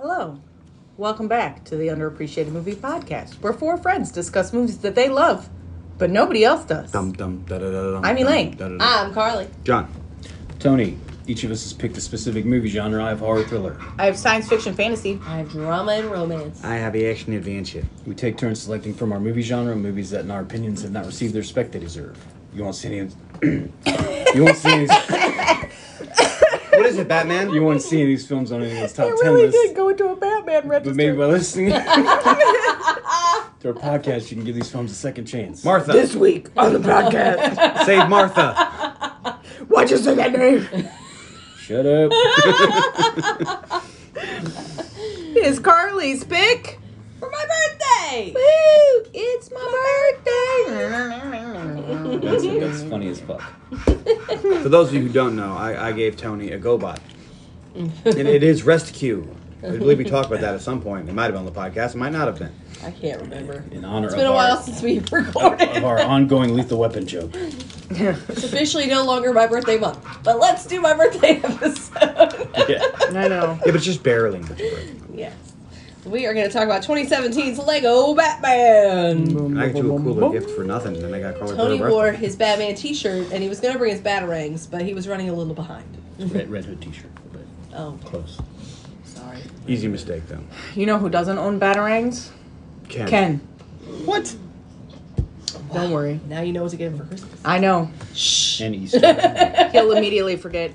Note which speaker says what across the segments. Speaker 1: Hello. Welcome back to the Underappreciated Movie Podcast, where four friends discuss movies that they love, but nobody else does.
Speaker 2: Dum dum da da da dum.
Speaker 1: I'm Elaine.
Speaker 2: dum, da, da, da.
Speaker 3: I'm Carly.
Speaker 2: John.
Speaker 4: Tony, each of us has picked a specific movie genre. I have horror thriller.
Speaker 1: I have science fiction fantasy.
Speaker 4: Oh,
Speaker 3: I have drama and romance.
Speaker 2: I have the action adventure.
Speaker 4: We take turns selecting from our movie genre movies that, in our opinions, have not received the respect they deserve. You won't see any. you won't see. Any,
Speaker 2: What is it, Batman?
Speaker 4: you won't see any of these films on anyone's top
Speaker 1: I
Speaker 4: ten
Speaker 1: really
Speaker 4: list.
Speaker 1: did go into a Batman register.
Speaker 4: But maybe by listening to our podcast, you can give these films a second chance.
Speaker 2: Martha.
Speaker 1: week on the podcast,
Speaker 2: Save Martha.
Speaker 1: what you say that name
Speaker 4: shut up.
Speaker 1: is Carly's pick.
Speaker 3: For my birthday!
Speaker 1: Woo! It's my birthday.
Speaker 4: that's, that's funny as fuck.
Speaker 2: For those of you who don't know, I, I gave Tony a GoBot. and it is Rescue. I believe we talked about that at some point. It might have been on the podcast. It might not have been.
Speaker 3: I can't remember.
Speaker 4: In honor
Speaker 3: It's
Speaker 4: of
Speaker 3: been a
Speaker 4: our,
Speaker 3: while since we've recorded.
Speaker 4: of our ongoing lethal weapon joke.
Speaker 3: It's officially no longer my birthday month, but let's do my birthday episode.
Speaker 4: Yeah.
Speaker 1: I know.
Speaker 2: Yeah, but it's just barely. much work.
Speaker 3: yes. We are going to talk about 2017's Lego Batman.
Speaker 2: And I got you a cooler gift for nothing, and then I got Carly
Speaker 3: Tony
Speaker 2: for her
Speaker 3: wore
Speaker 2: birthday.
Speaker 3: his Batman t shirt and he was going to bring his Batarangs, but he was running a little behind.
Speaker 4: Red, red hood T-shirt, but
Speaker 3: Oh,
Speaker 4: close.
Speaker 3: sorry.
Speaker 2: Easy mistake, though.
Speaker 1: You know who doesn't own Batarangs?
Speaker 2: Ken.
Speaker 1: Ken.
Speaker 2: What?
Speaker 1: Don't worry.
Speaker 3: Now you know what to get him for Christmas.
Speaker 1: I know.
Speaker 4: And Easter.
Speaker 1: He'll immediately forget.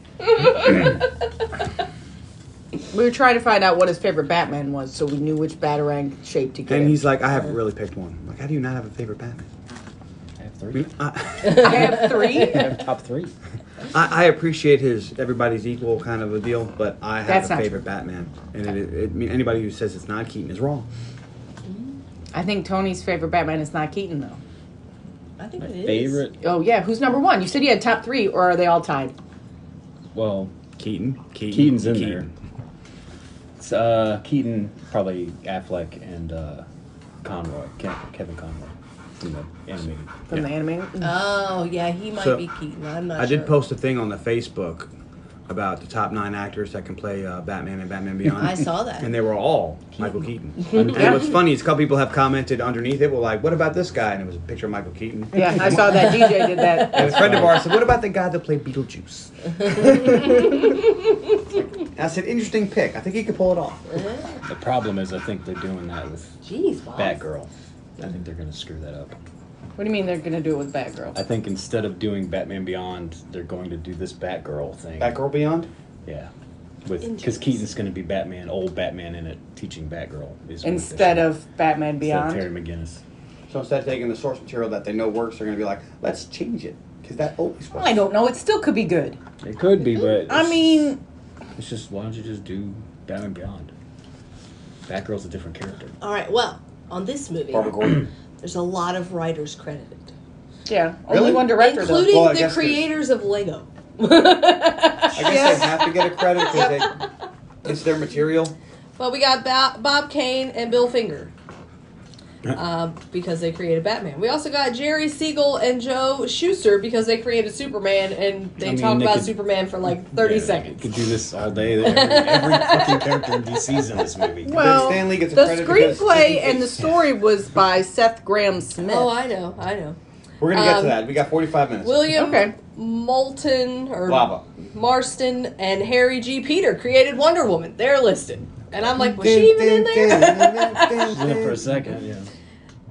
Speaker 1: we were trying to find out what his favorite Batman was, so we knew which Batarang shape to get.
Speaker 2: And
Speaker 1: him.
Speaker 2: he's like, I haven't really picked one. I'm like, how do you not have a favorite Batman?
Speaker 4: I have
Speaker 2: I,
Speaker 4: three.
Speaker 2: mean, I-
Speaker 1: I have three.
Speaker 4: I have top three.
Speaker 2: I, I appreciate his everybody's equal kind of a deal, but I have
Speaker 1: That's
Speaker 2: a
Speaker 1: not
Speaker 2: favorite Batman, and it, it, I mean anybody who says it's not Keaton is wrong.
Speaker 1: I think Tony's favorite Batman is not Keaton, though.
Speaker 3: I think
Speaker 4: My
Speaker 3: it is.
Speaker 4: favorite.
Speaker 1: Oh yeah, who's number one? You said you had top three, or are they all tied?
Speaker 4: Well,
Speaker 2: Keaton, Keaton
Speaker 4: Keaton's in
Speaker 2: Keaton.
Speaker 4: there. It's, uh, Keaton, probably Affleck and uh, Conroy, Ke- Kevin Conroy from the animated.
Speaker 1: From the animated.
Speaker 3: Oh, yeah, he might
Speaker 2: So,
Speaker 3: be Keaton. I'm not
Speaker 2: I
Speaker 3: sure.
Speaker 2: did post a thing on the Facebook about the top nine actors that can play uh, Batman and Batman Beyond.
Speaker 3: I saw that.
Speaker 2: and they were all Michael Keaton. and what's funny is a couple people have commented underneath it. Were like, "What about this guy?" And it was a picture of Michael Keaton.
Speaker 1: Yeah, I saw that DJ did that.
Speaker 2: And a friend of ours said, "What about the guy that played Beetlejuice?" I said, "Interesting pick. I think he could pull it off."
Speaker 4: The problem is, I think they're doing that with
Speaker 3: Jeez, Bob.
Speaker 4: Batgirl. I think they're gonna screw that up.
Speaker 1: What do you mean they're gonna do it with Batgirl?
Speaker 4: I think instead of doing Batman Beyond, they're going to do this Batgirl thing.
Speaker 2: Batgirl Beyond.
Speaker 4: Yeah. With because
Speaker 3: Interesting.
Speaker 4: Keaton's gonna be Batman, old Batman in it, teaching Batgirl. Is what they're
Speaker 1: Instead
Speaker 4: saying.
Speaker 1: of Batman
Speaker 4: Instead of
Speaker 1: Beyond.
Speaker 4: Terry McGinnis.
Speaker 2: So instead of taking the source material that they know works, they're going to be like, let's change it because that always works.
Speaker 1: I don't know. It still could be good.
Speaker 4: It could be, but
Speaker 1: I
Speaker 4: it's-
Speaker 1: mean,
Speaker 4: it's just why don't you just do Batman Beyond? Batgirl's a different character.
Speaker 3: All right. Well, on this movie,
Speaker 2: Barbara Gordon.
Speaker 3: there's a lot of writers credited,
Speaker 1: yeah,
Speaker 2: Really?
Speaker 1: only one director though.
Speaker 3: including
Speaker 2: Well, I
Speaker 3: the
Speaker 2: guess there's-
Speaker 3: creators of Lego.
Speaker 2: I guess they have to get a credit because they, it's their material.
Speaker 3: Well, we got ba- Bob Kane and Bill Finger um, because they created Batman. We also got Jerry Siegel and Joe Schuster because they created Superman and they
Speaker 4: I mean,
Speaker 3: talked
Speaker 4: they
Speaker 3: about
Speaker 4: could-
Speaker 3: Superman for like 30
Speaker 4: Yeah,
Speaker 3: seconds.
Speaker 4: You could do this all day. Every, every fucking character in DC's in this movie.
Speaker 1: Well,
Speaker 2: Then Stanley gets a
Speaker 1: the
Speaker 2: credit because-
Speaker 1: screenplay and the story was by Seth Graham Smith.
Speaker 3: Oh, I know, I know.
Speaker 2: We're going to get
Speaker 3: Um,
Speaker 2: to that. We got 45 minutes.
Speaker 3: William
Speaker 1: Okay.
Speaker 3: Moulton or
Speaker 2: Lava.
Speaker 3: Marston and Harry G. Peter created Wonder Woman. They're listed, and I'm like, was
Speaker 2: Dun,
Speaker 3: she even
Speaker 2: dun,
Speaker 3: in there?
Speaker 2: dun, dun, dun,
Speaker 4: Yeah, for
Speaker 2: dun.
Speaker 4: a second, yeah.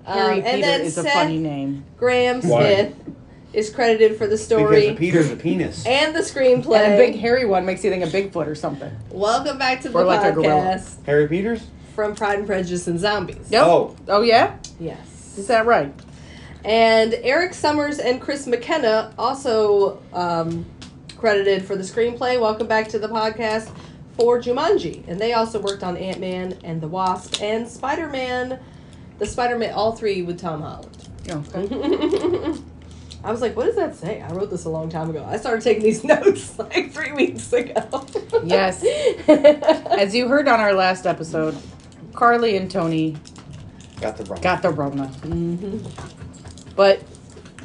Speaker 3: Um,
Speaker 1: Harry
Speaker 3: and
Speaker 1: Peter
Speaker 3: then
Speaker 1: is a
Speaker 3: Seth
Speaker 1: funny name.
Speaker 3: Graham
Speaker 4: Why?
Speaker 3: Smith is credited for the
Speaker 2: Because the
Speaker 3: story
Speaker 2: Peter's a penis.
Speaker 3: and the
Speaker 1: And
Speaker 3: screenplay.
Speaker 1: a big hairy one makes you think of Bigfoot or something.
Speaker 3: Welcome back to the
Speaker 1: Or like a gorilla.
Speaker 3: podcast
Speaker 2: Harry Peters?
Speaker 3: from Pride and Prejudice and Zombies.
Speaker 1: Yep.
Speaker 2: Oh.
Speaker 1: Oh yeah?
Speaker 3: Yes.
Speaker 1: Is that right?
Speaker 3: And Eric Summers and Chris McKenna also um, credited for the screenplay. Welcome back to the podcast for Jumanji, and they also worked on Ant Man and the Wasp and Spider Man, the Spider Man, all three with Tom Holland.
Speaker 1: Oh,
Speaker 3: I was like, what does that say? I wrote this a long time ago. I started taking these notes like three weeks ago.
Speaker 1: Yes. As you heard on our last episode, Carly and Tony
Speaker 2: Got the wrong.
Speaker 1: got the Rona. But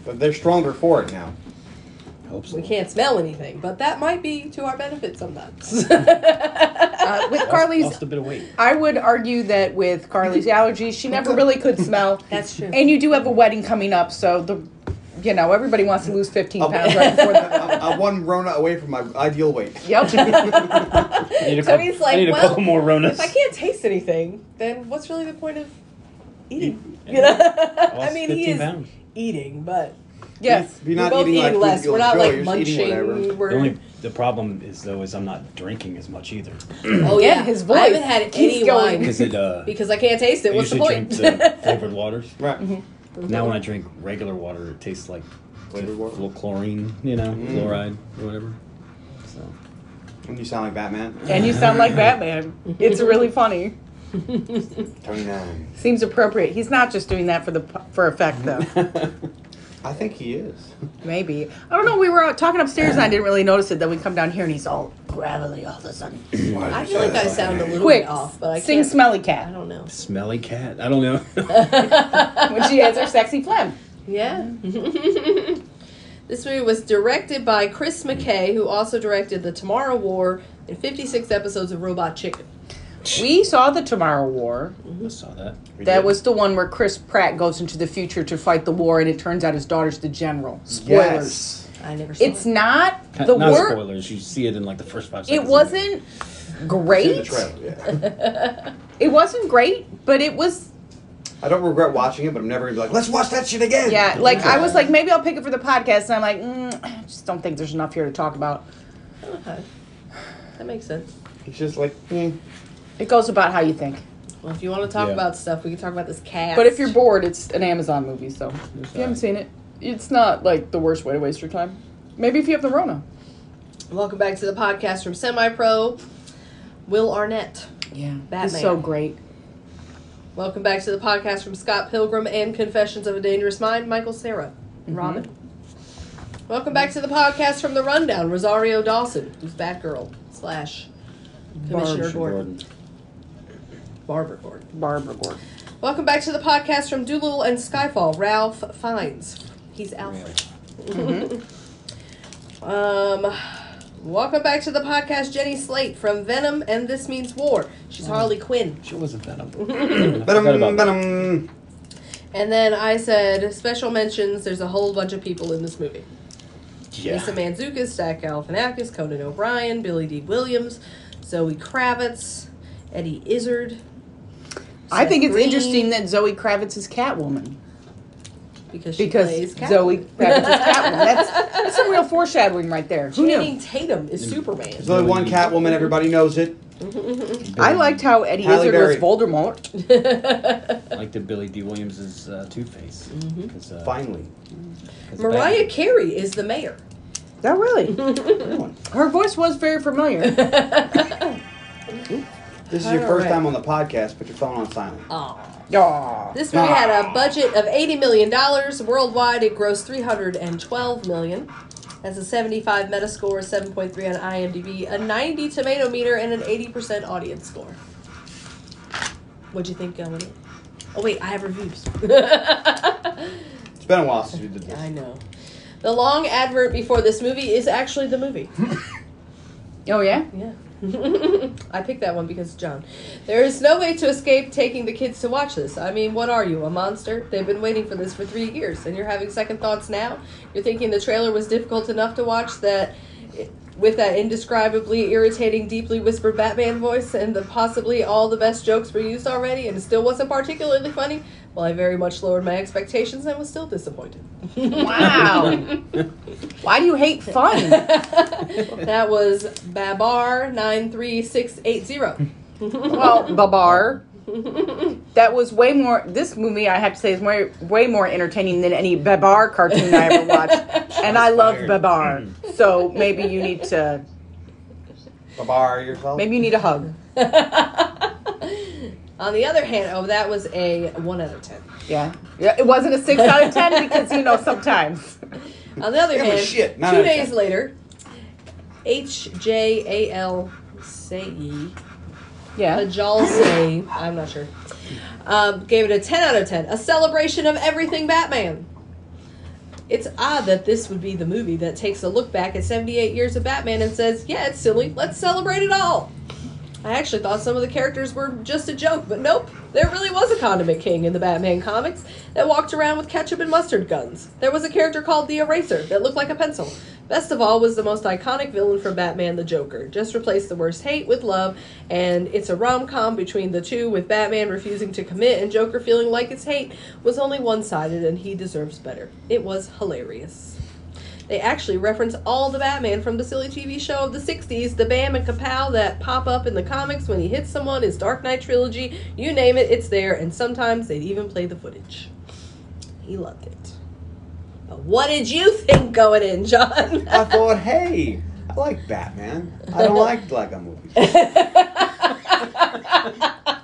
Speaker 2: But they're stronger for it now.
Speaker 4: Hope so.
Speaker 3: We can't smell anything, but that might be to our benefit sometimes.
Speaker 1: Uh, with Carly's,
Speaker 4: Lost a bit of weight.
Speaker 1: I would argue that with Carly's allergies, she never really could smell.
Speaker 3: That's true.
Speaker 1: And you do have a wedding coming up, so the, you know, everybody wants to lose 15
Speaker 2: I'm,
Speaker 1: pounds right before the.
Speaker 2: I'm- I'm one Rona away from my ideal weight.
Speaker 1: Yep.
Speaker 4: I need a,
Speaker 3: So
Speaker 4: couple,
Speaker 3: he's like,
Speaker 4: I need a
Speaker 3: well,
Speaker 4: couple more Ronas.
Speaker 3: if I can't taste anything, then what's really the point of eating?
Speaker 4: You-
Speaker 3: You know?
Speaker 4: I
Speaker 3: I
Speaker 4: lost
Speaker 3: mean, he
Speaker 4: 15
Speaker 3: is
Speaker 4: pounds.
Speaker 3: eating, but
Speaker 1: Yes.
Speaker 2: You're
Speaker 3: we're
Speaker 2: not
Speaker 3: both
Speaker 2: eating,
Speaker 3: eating,
Speaker 2: like food
Speaker 3: less.
Speaker 2: you'll
Speaker 3: We're not
Speaker 2: enjoy,
Speaker 3: like
Speaker 2: you're just eating
Speaker 3: munching.
Speaker 2: whatever.
Speaker 3: We're,
Speaker 4: The only the problem is though is I'm not drinking as much either.
Speaker 1: Again,
Speaker 3: oh yeah,
Speaker 1: his
Speaker 3: I haven't
Speaker 1: voice
Speaker 3: had
Speaker 1: keeps
Speaker 3: any
Speaker 1: going.
Speaker 3: wine
Speaker 4: Is it uh?
Speaker 3: because I can't taste it.
Speaker 4: I
Speaker 3: What's the
Speaker 4: usually drink
Speaker 3: point?
Speaker 4: the flavored waters.
Speaker 2: Right.
Speaker 3: Mm-hmm.
Speaker 4: Now when I drink regular water, it tastes like
Speaker 2: Flavored water?
Speaker 4: fl- chlorine, you know, fluoride or whatever. So
Speaker 2: And you sound like Batman.
Speaker 1: And you sound like Batman. It's really funny.
Speaker 2: Tony Nine.
Speaker 1: Seems appropriate. He's not just doing that for the for effect though.
Speaker 2: I think he is.
Speaker 1: Maybe I don't know. We were out talking upstairs and I didn't really notice it. Then we come down here and he's all gravelly all of a sudden.
Speaker 3: I feel like I sound a little
Speaker 1: Quick,
Speaker 3: bit off, but I
Speaker 1: sing
Speaker 3: can't.
Speaker 1: Smelly
Speaker 3: I
Speaker 1: Cat
Speaker 3: don't know.
Speaker 4: smelly cat. I don't know.
Speaker 1: when she has her sexy phlegm.
Speaker 3: Yeah. this movie was directed by Chris McKay, who also directed The Tomorrow War and 56 episodes of Robot Chicken.
Speaker 1: We saw the Tomorrow War.
Speaker 4: I saw that.
Speaker 1: That was the one where Chris Pratt goes into the future to fight the war, and it turns out his daughter's the general. Spoilers.
Speaker 2: Yes.
Speaker 3: I never saw
Speaker 1: It's
Speaker 3: it.
Speaker 1: not the
Speaker 4: The Not
Speaker 1: work.
Speaker 4: spoilers. You see it in like the first five
Speaker 1: It
Speaker 4: seconds.
Speaker 1: wasn't
Speaker 2: In the
Speaker 1: great.
Speaker 2: trailer, yeah.
Speaker 1: It wasn't great, but it was
Speaker 2: I don't regret watching it, but I'm never gonna be like, let's watch that shit again.
Speaker 1: Yeah, like I was like, maybe I'll pick it for the podcast, and I'm like, mm, I just don't think there's enough here to talk about.
Speaker 3: Okay. That makes sense.
Speaker 2: It's just like, eh.
Speaker 1: It goes about how you think.
Speaker 3: Well, if you want to talk
Speaker 4: Yeah.
Speaker 3: about stuff, we can talk about this cast.
Speaker 1: But if you're bored, it's an Amazon movie, so if you
Speaker 4: Okay.
Speaker 1: haven't seen it, it's not like the worst way to waste your time. Maybe if you have the Rona.
Speaker 3: Welcome back to the podcast from Semi Pro, Will Arnett.
Speaker 1: Yeah,
Speaker 3: Batman.
Speaker 1: It's so great.
Speaker 3: Welcome back to the podcast from Scott Pilgrim and Confessions of a Dangerous Mind, Michael Sarah. and Robin. Welcome back to the podcast from The Rundown, Rosario Dawson, who's Batgirl slash Commissioner Gordon.
Speaker 4: Gordon.
Speaker 3: Barbara Gordon.
Speaker 1: Barbara Gordon.
Speaker 3: Welcome back to the podcast from Doolittle and Skyfall, Ralph Fiennes. He's Alfred. um, welcome back to the podcast, Jenny Slate from Venom and This Means War. She's Harley Quinn.
Speaker 4: She wasn't Venom. I
Speaker 2: Ba-dum,
Speaker 4: forgot about that.
Speaker 2: ba-dum.
Speaker 3: And then I said special mentions. There's a whole bunch of people in this movie.
Speaker 4: Yeah.
Speaker 3: Lisa Manzukas, Zach Galifianakis, Conan O'Brien, Billy D. Williams, Zoe Kravitz, Eddie Izzard.
Speaker 1: I think it's
Speaker 3: Green.
Speaker 1: interesting that Zoe Kravitz is Catwoman
Speaker 3: because she plays
Speaker 1: because
Speaker 3: Catwoman.
Speaker 1: Zoe Kravitz is Catwoman. That's, that's some real foreshadowing right there. Who knew?
Speaker 3: Channing Tatum is Superman.
Speaker 2: There's only one Catwoman, everybody knows it.
Speaker 1: I liked how Eddie
Speaker 2: Halle
Speaker 1: Izzard was
Speaker 2: Berry.
Speaker 1: Voldemort.
Speaker 4: I liked the Billy D. Williams' uh, Two Face. Uh,
Speaker 2: Finally.
Speaker 4: 'cause
Speaker 3: Mariah
Speaker 4: Batman-
Speaker 3: Carey is the mayor.
Speaker 1: That Oh, really. Her voice was very familiar.
Speaker 2: This is your
Speaker 3: All
Speaker 2: first
Speaker 3: right.
Speaker 2: time on the podcast, put your phone on silent.
Speaker 3: Aw.
Speaker 1: Aw.
Speaker 3: This movie had a budget of eighty million dollars worldwide. It grossed three hundred and twelve million. That's a seventy-five Metascore, seven point three on IMDb, a ninety Tomato meter, and an eighty percent audience score. What'd you think going in? Oh wait, I have reviews.
Speaker 2: It's been a while since we did
Speaker 3: I
Speaker 2: this.
Speaker 3: know. The long advert before this movie is actually the movie.
Speaker 1: Oh yeah.
Speaker 3: Yeah. I picked that one because John. There is no way to escape taking the kids to watch this. I mean, what are you, a monster? They've been waiting for this for three years, and you're having second thoughts now? You're thinking the trailer was difficult enough to watch that with that indescribably irritating, deeply whispered Batman voice, and that possibly all the best jokes were used already, and it still wasn't particularly funny? Well, I very much lowered my expectations and was still disappointed.
Speaker 1: Wow. Why do you hate fun?
Speaker 3: that was Babar93680.
Speaker 1: Well, Babar. That was way more. This movie, I have to say, is way way more entertaining than any Babar cartoon I ever watched, and I love Babar. So maybe you need to
Speaker 2: Babar yourself.
Speaker 1: maybe you need a hug.
Speaker 3: On the other hand, oh, that was a one out of ten.
Speaker 1: Yeah, yeah. It wasn't a six out of ten because you know sometimes.
Speaker 3: On the other
Speaker 2: Give a
Speaker 3: hand,
Speaker 2: shit, nine
Speaker 3: two
Speaker 2: outta
Speaker 3: days
Speaker 2: ten.
Speaker 3: later, H J A L Say
Speaker 1: Yeah.
Speaker 3: Ajal Say, I'm not sure, um, gave it a ten out of ten. A celebration of everything Batman. It's odd that this would be the movie that takes a look back at 78 years of Batman and says, yeah, it's silly, let's celebrate it all. I actually thought some of the characters were just a joke, but nope. There really was a condiment king in the Batman comics that walked around with ketchup and mustard guns. There was a character called the Eraser that looked like a pencil. Best of all was the most iconic villain from Batman, the Joker. Just replace the worst hate with love, and it's a rom com between the two, with Batman refusing to commit and Joker feeling like his hate was only one sided and he deserves better. It was hilarious. They actually reference all the Batman from the silly TV show of the 60s, the Bam and Kapow that pop up in the comics when he hits someone, his Dark Knight trilogy, you name it, it's there, and sometimes they'd even play the footage. He loved it. But what did you think going in, John?
Speaker 2: I thought, hey, I like Batman. I don't like like a movie.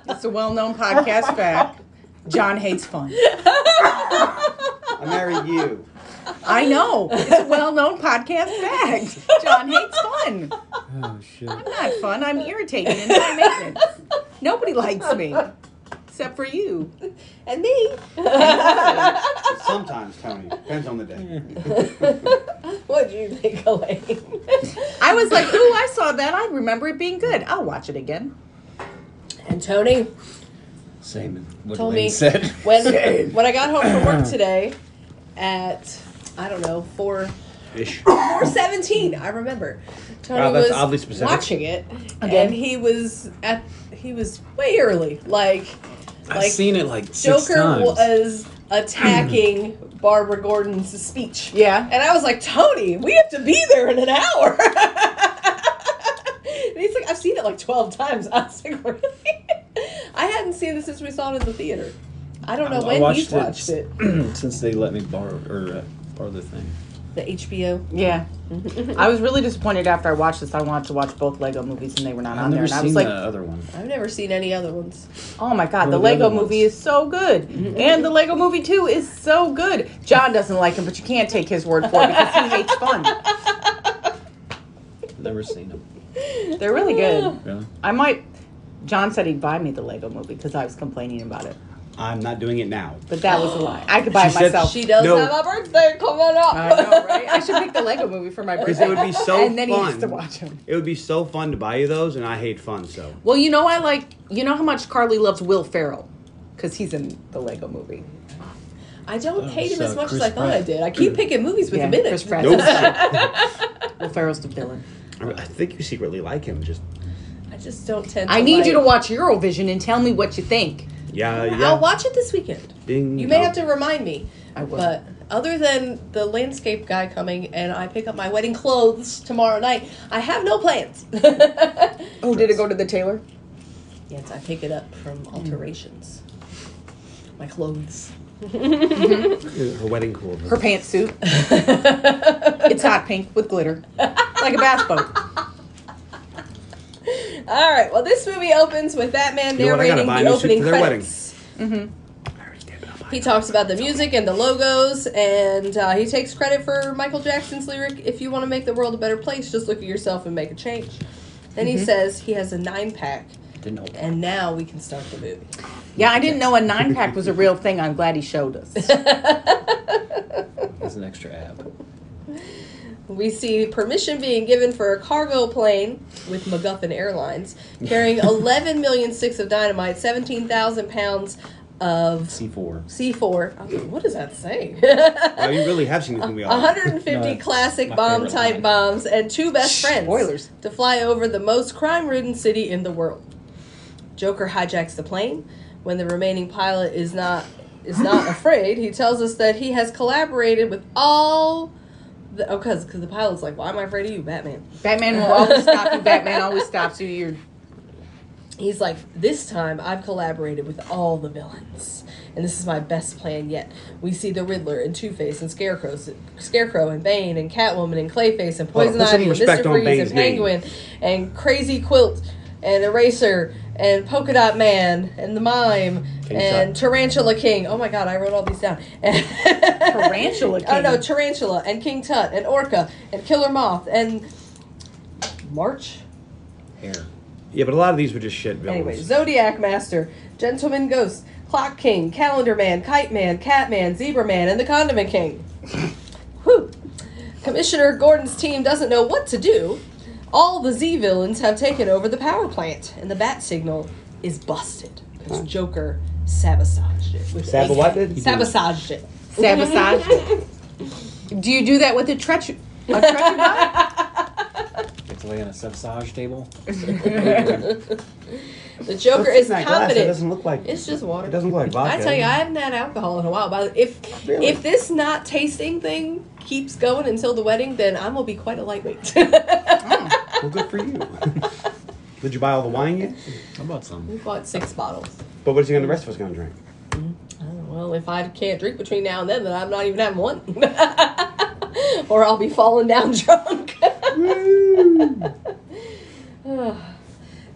Speaker 1: It's a well-known podcast fact. John hates fun.
Speaker 2: I marry you.
Speaker 1: I know. It's a well-known podcast fact. John hates fun.
Speaker 4: Oh shit.
Speaker 1: I'm not fun. I'm irritating and high maintenance. Nobody likes me. Except for you.
Speaker 3: and me.
Speaker 2: Sometimes, Tony, depends on the day.
Speaker 3: what do you think, Elaine?
Speaker 1: I was like, ooh, I saw that. I remember it being good. I'll watch it again.
Speaker 3: and Tony,
Speaker 4: Same as what
Speaker 3: Told
Speaker 4: Elaine
Speaker 3: me.
Speaker 4: said.
Speaker 3: when when I got home from work today, at I don't know four
Speaker 2: Ish.
Speaker 3: four seventeen, I remember Tony
Speaker 4: Wow, Oh, that's
Speaker 3: was
Speaker 4: oddly specific.
Speaker 3: watching it,
Speaker 1: Again.
Speaker 3: and he was at he was way early, like
Speaker 4: I've seen it like uh, six
Speaker 3: Joker
Speaker 4: times.
Speaker 3: was attacking Barbara Gordon's speech.
Speaker 1: Yeah.
Speaker 3: And I was like, Tony, we have to be there in an hour. and he's like, I've seen it like 12 times. I was like, really? I hadn't seen it since we saw it in the theater. I don't know
Speaker 4: I- I
Speaker 3: when
Speaker 4: watched
Speaker 3: you watched it.
Speaker 4: since they let me borrow or uh, borrow the thing.
Speaker 3: The HBO.
Speaker 1: Yeah. I was really disappointed after I watched this. I wanted to watch both Lego movies and they were not
Speaker 4: I've
Speaker 1: on there.
Speaker 4: never
Speaker 1: And I
Speaker 4: seen
Speaker 1: was like,
Speaker 4: the other one.
Speaker 3: I've never seen any other ones.
Speaker 1: Oh my god,
Speaker 4: What
Speaker 1: the
Speaker 4: are the
Speaker 1: Lego
Speaker 4: other ones?
Speaker 1: movie is so good. And the Lego movie 2 is so good. John doesn't like him, but you can't take his word for it because he hates fun.
Speaker 4: Never seen them.
Speaker 1: They're really good.
Speaker 4: Really?
Speaker 1: I might John said he'd buy me the Lego movie because I was complaining about it.
Speaker 2: I'm not doing it now.
Speaker 1: But that was a lie. I could buy
Speaker 2: She
Speaker 1: it
Speaker 2: said
Speaker 1: myself.
Speaker 3: She does
Speaker 2: No.
Speaker 3: have a birthday coming up.
Speaker 1: I know, right? I should pick the Lego movie for my
Speaker 2: Because
Speaker 1: birthday.
Speaker 2: it would be so
Speaker 1: and then
Speaker 2: fun.
Speaker 1: he has to watch them.
Speaker 2: It would be so fun to buy you those, and I hate fun, so.
Speaker 1: Well, you know I like you know how much Carly loves Will Ferrell because he's in the Lego movie.
Speaker 3: I don't
Speaker 4: Oh,
Speaker 3: hate him
Speaker 4: so
Speaker 3: as much
Speaker 4: Chris
Speaker 3: as I thought I
Speaker 4: Pratt.
Speaker 3: did. I keep picking movies with
Speaker 1: yeah,
Speaker 3: him in it.
Speaker 1: Chris Pratt. Will Ferrell's the villain.
Speaker 2: I think you secretly like him. Just
Speaker 3: I just don't tend to
Speaker 1: I need you to
Speaker 3: like-
Speaker 1: watch Eurovision and tell me what you think.
Speaker 2: yeah, Uh, yeah.
Speaker 3: I'll watch it this weekend.
Speaker 2: Ding,
Speaker 3: You may
Speaker 2: dong.
Speaker 3: have to remind me.
Speaker 1: I will.
Speaker 3: But other than the landscape guy coming and I pick up my wedding clothes tomorrow night, I have no plans. yes,
Speaker 1: Oh, did it go to the tailor?
Speaker 3: I pick it up from
Speaker 1: Hmm.
Speaker 3: alterations. My clothes.
Speaker 2: her wedding cool.
Speaker 1: Her pantsuit. it's hot pink with glitter, like a bath boat.
Speaker 3: All right. Well, this movie opens with Batman
Speaker 2: You know what, I gotta
Speaker 3: narrating
Speaker 2: buy a
Speaker 3: the
Speaker 2: new suit
Speaker 3: opening
Speaker 2: for their wedding.
Speaker 3: credits.
Speaker 2: I already did, but I'll buy
Speaker 3: He
Speaker 2: it.
Speaker 3: talks about the music and the logos, and uh, he takes credit for Michael Jackson's lyric, If you want to make the world a better place, just look at yourself and make a change. Then he says he has a nine pack,
Speaker 4: Didn't know.
Speaker 3: and now we can start the movie.
Speaker 1: Yeah, I didn't know a nine pack was a real thing. I'm glad he showed us.
Speaker 4: It's an extra app.
Speaker 3: We see permission being given for a cargo plane with MacGuffin Airlines carrying 11 million sticks of dynamite, 17,000 pounds of
Speaker 4: C four.
Speaker 3: C4. I was like, what does that say?
Speaker 2: Wow, Oh, you really have seen this movie all.
Speaker 3: 150
Speaker 4: No,
Speaker 3: classic
Speaker 4: my
Speaker 3: bomb
Speaker 4: favorite
Speaker 3: type
Speaker 4: line.
Speaker 3: bombs and two best friends
Speaker 1: Spoilers.
Speaker 3: to fly over the most crime ridden city in the world. Joker hijacks the plane. When the remaining pilot is not is not afraid, he tells us that he has collaborated with all the oh cuz cuz the pilot's like, "Why am I afraid of you, Batman?"
Speaker 1: Batman will always stop you. Batman always stops you. You're
Speaker 3: He's like, this time I've collaborated with all the villains, and this is my best plan yet. We see the Riddler and Two Face and Scarecrow, Scarecrow and Bane and Catwoman and Clayface and
Speaker 2: Hold on, put
Speaker 3: Poison
Speaker 2: some
Speaker 3: Ivy and Mister
Speaker 2: respect on
Speaker 3: Freeze and
Speaker 2: Bane's name.
Speaker 3: Penguin and Crazy Quilt and Eraser and Polka Dot Man and the Mime
Speaker 2: King
Speaker 3: and
Speaker 2: Tut.
Speaker 3: Tarantula King. Oh my God, I wrote all these down.
Speaker 1: Tarantula
Speaker 3: Oh no,
Speaker 1: King.
Speaker 3: Tarantula and King Tut and Orca and Killer Moth and March.
Speaker 4: Hair.
Speaker 2: Yeah, but a lot of these were just shit villains.
Speaker 3: Anyway, Zodiac Master, Gentleman Ghost, Clock King, Calendar Man, Kite Man, Cat Man, Zebra Man, and the Condiment King. Commissioner Gordon's team doesn't know what to do. All the Z villains have taken over the power plant, and the bat signal is busted. Because Joker sabotaged it. with
Speaker 2: Sabo
Speaker 3: a-
Speaker 2: what did?
Speaker 3: Sabotaged it.
Speaker 1: Sabotage. do you do that with a treacher? A treacher knife?
Speaker 4: Get to lay on a sabotage table.
Speaker 3: The Joker
Speaker 2: What's
Speaker 3: is
Speaker 2: in that glass? It
Speaker 3: confident.
Speaker 2: doesn't look like.
Speaker 3: It's just water.
Speaker 2: It doesn't look like vodka.
Speaker 3: I tell you, I haven't had alcohol in a while. But if
Speaker 2: Really?
Speaker 3: if this not tasting thing keeps going until the wedding, then I'm gonna be quite a lightweight.
Speaker 2: Well, good for you. Did you buy all the wine yet?
Speaker 4: How about some?
Speaker 3: we bought six bottles.
Speaker 2: But what's he gonna? The rest of us gonna drink?
Speaker 3: Oh, well, if I can't drink between now and then, then I'm not even having one, or I'll be falling down drunk.
Speaker 2: Hmm.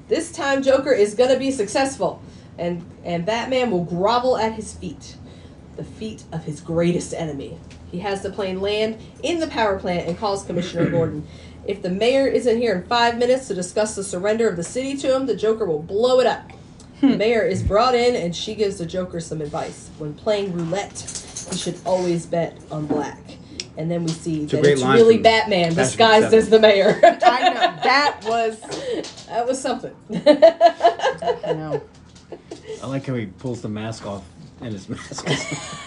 Speaker 3: this time, Joker is gonna be successful, and and Batman will grovel at his feet, the feet of his greatest enemy. He has the plane land in the power plant and calls Commissioner Gordon. If the mayor isn't here in five minutes to discuss the surrender of the city to him, the Joker will blow it up.
Speaker 2: Hmm.
Speaker 3: The mayor is brought in and she gives the Joker some advice. When playing roulette, you should always bet on black. And then we see
Speaker 2: a
Speaker 3: that
Speaker 2: great
Speaker 3: it's
Speaker 2: line
Speaker 3: really
Speaker 2: from
Speaker 3: Batman
Speaker 2: Batman
Speaker 3: disguised
Speaker 2: Seven.
Speaker 3: as the mayor.
Speaker 1: I know. That was.
Speaker 3: that was something.
Speaker 1: I know.
Speaker 4: I like how he pulls the mask off and his mask. is-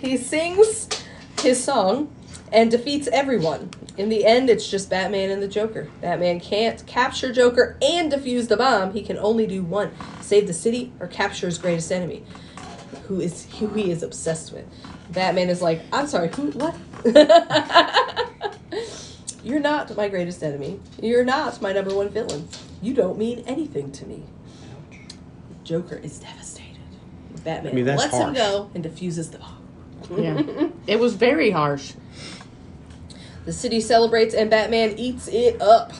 Speaker 3: he sings his song and defeats everyone. In the end, it's just Batman and the Joker. Batman can't capture Joker and defuse the bomb. He can only do one save the city or capture his greatest enemy, who is who he is obsessed with. Batman is like, I'm sorry, who? What? You're not my greatest enemy. You're not my number one villain. You don't mean anything to me. Joker is devastated. Batman
Speaker 2: I mean, that's
Speaker 3: lets him
Speaker 2: harsh.
Speaker 3: go and defuses the bomb.
Speaker 1: Yeah. It was very harsh.
Speaker 3: The city celebrates and Batman eats it up.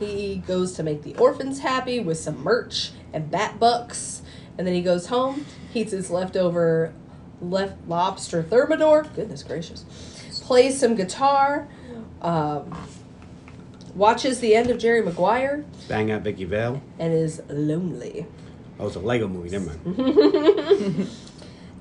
Speaker 3: He goes to make the orphans happy with some merch and bat bucks, and then he goes home, heats his leftover left lobster thermidor. Goodness gracious. Plays some guitar, um, watches the end of Jerry Maguire,
Speaker 2: Bang out Vicky Vale.
Speaker 3: and is lonely.
Speaker 2: Oh, it's a Lego movie. Never mind.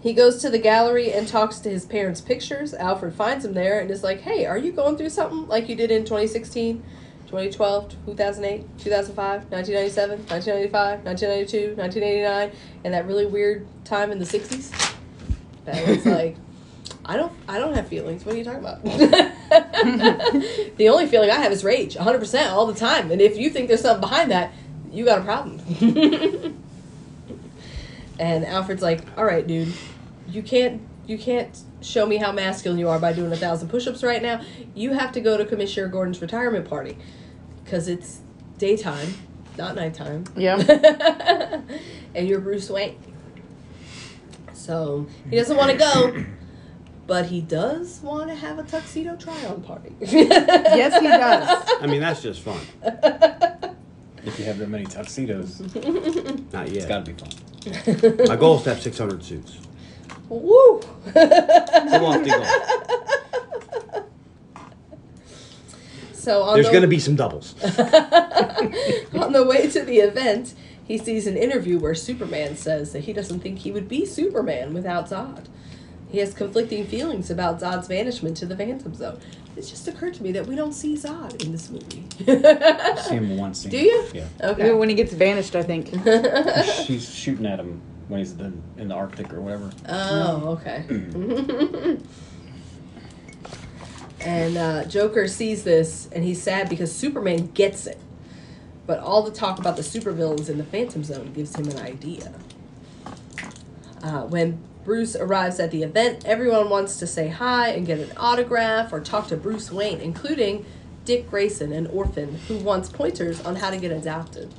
Speaker 3: He goes to the gallery and talks to his parents' pictures. Alfred finds him there and is like, hey, are you going through something like you did in 2016, 2012, 2008, 2005, 1997, 1995, 1992, 1989, and that really weird time in the 60s? Batman's like, I don't, I don't have feelings. What are you talking about? the only feeling I have is rage, 100% all the time. And if you think there's something behind that, you got a problem. And Alfred's like, "All right, dude, you can't you can't show me how masculine you are by doing a thousand push-ups right now. You have to go to Commissioner Gordon's retirement party because it's daytime, not nighttime,
Speaker 1: Yeah.
Speaker 3: and you're Bruce Wayne. So he doesn't want to go." But he does want to have a tuxedo try-on party.
Speaker 1: Yes, he does.
Speaker 2: I mean, that's just fun.
Speaker 4: if you have that many tuxedos, it's
Speaker 2: Not yet.
Speaker 4: got to be fun.
Speaker 2: My goal is to have 600 suits.
Speaker 3: Woo!
Speaker 2: It's a lofty goal.
Speaker 3: So on
Speaker 2: There's
Speaker 3: the-
Speaker 2: gonna be some doubles.
Speaker 3: On the way to the event, he sees an interview where Superman says that he doesn't think he would be Superman without Zod. He has conflicting feelings about Zod's banishment to the Phantom Zone. It just occurred to me that we don't see Zod in this movie.
Speaker 4: I've seen him once.
Speaker 3: Do you?
Speaker 4: Yeah.
Speaker 3: Okay.
Speaker 1: When he gets vanished, I think.
Speaker 4: She's shooting at him when he's the, in the Arctic or whatever.
Speaker 3: Oh, okay. and uh, Joker sees this and he's sad because Superman gets it. But all the talk about the supervillains in the Phantom Zone gives him an idea. Uh, when Bruce arrives at the event, everyone wants to say hi and get an autograph or talk to Bruce Wayne, including Dick Grayson, an orphan who wants pointers on how to get adopted.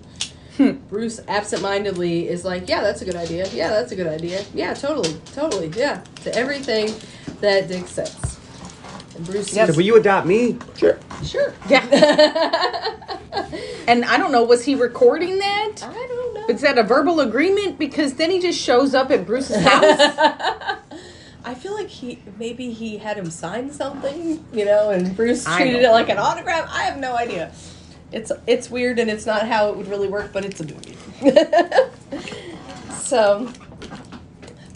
Speaker 3: Bruce absentmindedly is like, yeah, that's a good idea. Yeah, that's a good idea. Yeah, totally, totally. Yeah, to everything that Dick says. And Bruce,
Speaker 1: Yes.
Speaker 2: So, will you adopt me? Sure.
Speaker 3: says, sure.
Speaker 1: Yeah. and I don't know, was he recording that?
Speaker 3: I don't know.
Speaker 1: Is that a verbal agreement? Because then he just shows up at Bruce's house.
Speaker 3: I feel like he maybe he had him sign something, you know, and Bruce
Speaker 1: I
Speaker 3: treated
Speaker 1: don't
Speaker 3: it like an autograph. I have no idea. It's it's weird and it's not how it would really work, but it's a movie. so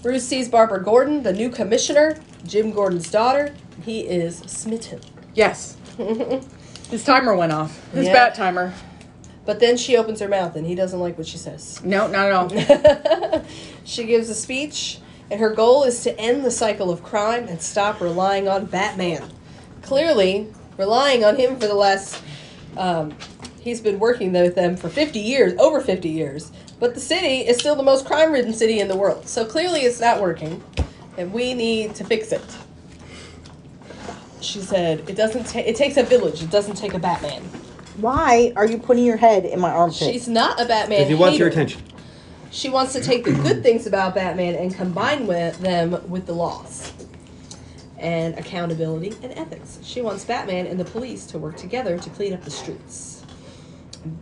Speaker 3: Bruce sees Barbara Gordon, the new commissioner, Jim Gordon's daughter. He is smitten.
Speaker 1: Yes. His timer went off. His
Speaker 3: Yeah.
Speaker 1: bat timer.
Speaker 3: But then she opens her mouth and he doesn't like what she says.
Speaker 1: No, not at all.
Speaker 3: She gives a speech, and her goal is to end the cycle of crime and stop relying on Batman. Clearly, relying on him for the last. Um, he's been working with them for 50 years, over 50 years, but the city is still the most crime ridden city in the world. So clearly, it's not working, and we need to fix it. She said, "It doesn't. Ta- it takes a village. It doesn't take a Batman.
Speaker 5: Why are you putting your head in my armpit?
Speaker 3: She's not a Batman.
Speaker 2: If he wants your
Speaker 3: hater.
Speaker 2: attention.
Speaker 3: She wants to take the good things about Batman and combine with them with the laws and accountability and ethics. She wants Batman and the police to work together to clean up the streets.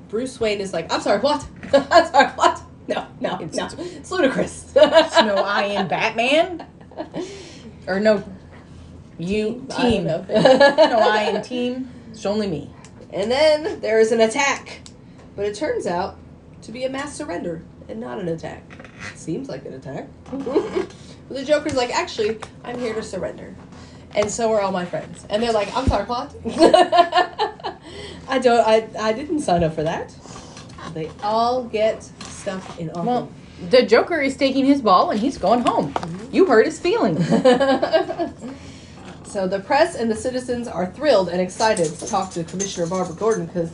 Speaker 3: Bruce Wayne is like, I'm sorry, what? I'm sorry, what? No, no, no. It's ludicrous.
Speaker 1: no, I am Batman. Or no, you
Speaker 3: I
Speaker 1: team.
Speaker 3: don't
Speaker 1: no, I am team. It's only me.
Speaker 3: And then there is an attack, but it turns out to be a mass surrender and not an attack. Seems like an attack. but the Joker's like, actually, I'm here to surrender. And so are all my friends. And they're like, I'm sorry, plot. I don't, I, I didn't sign up for that. They all get stuff in office.
Speaker 1: Well, the Joker is taking his ball and he's going home. You hurt his feelings.
Speaker 3: so the press and the citizens are thrilled and excited to talk to Commissioner Barbara Gordon because,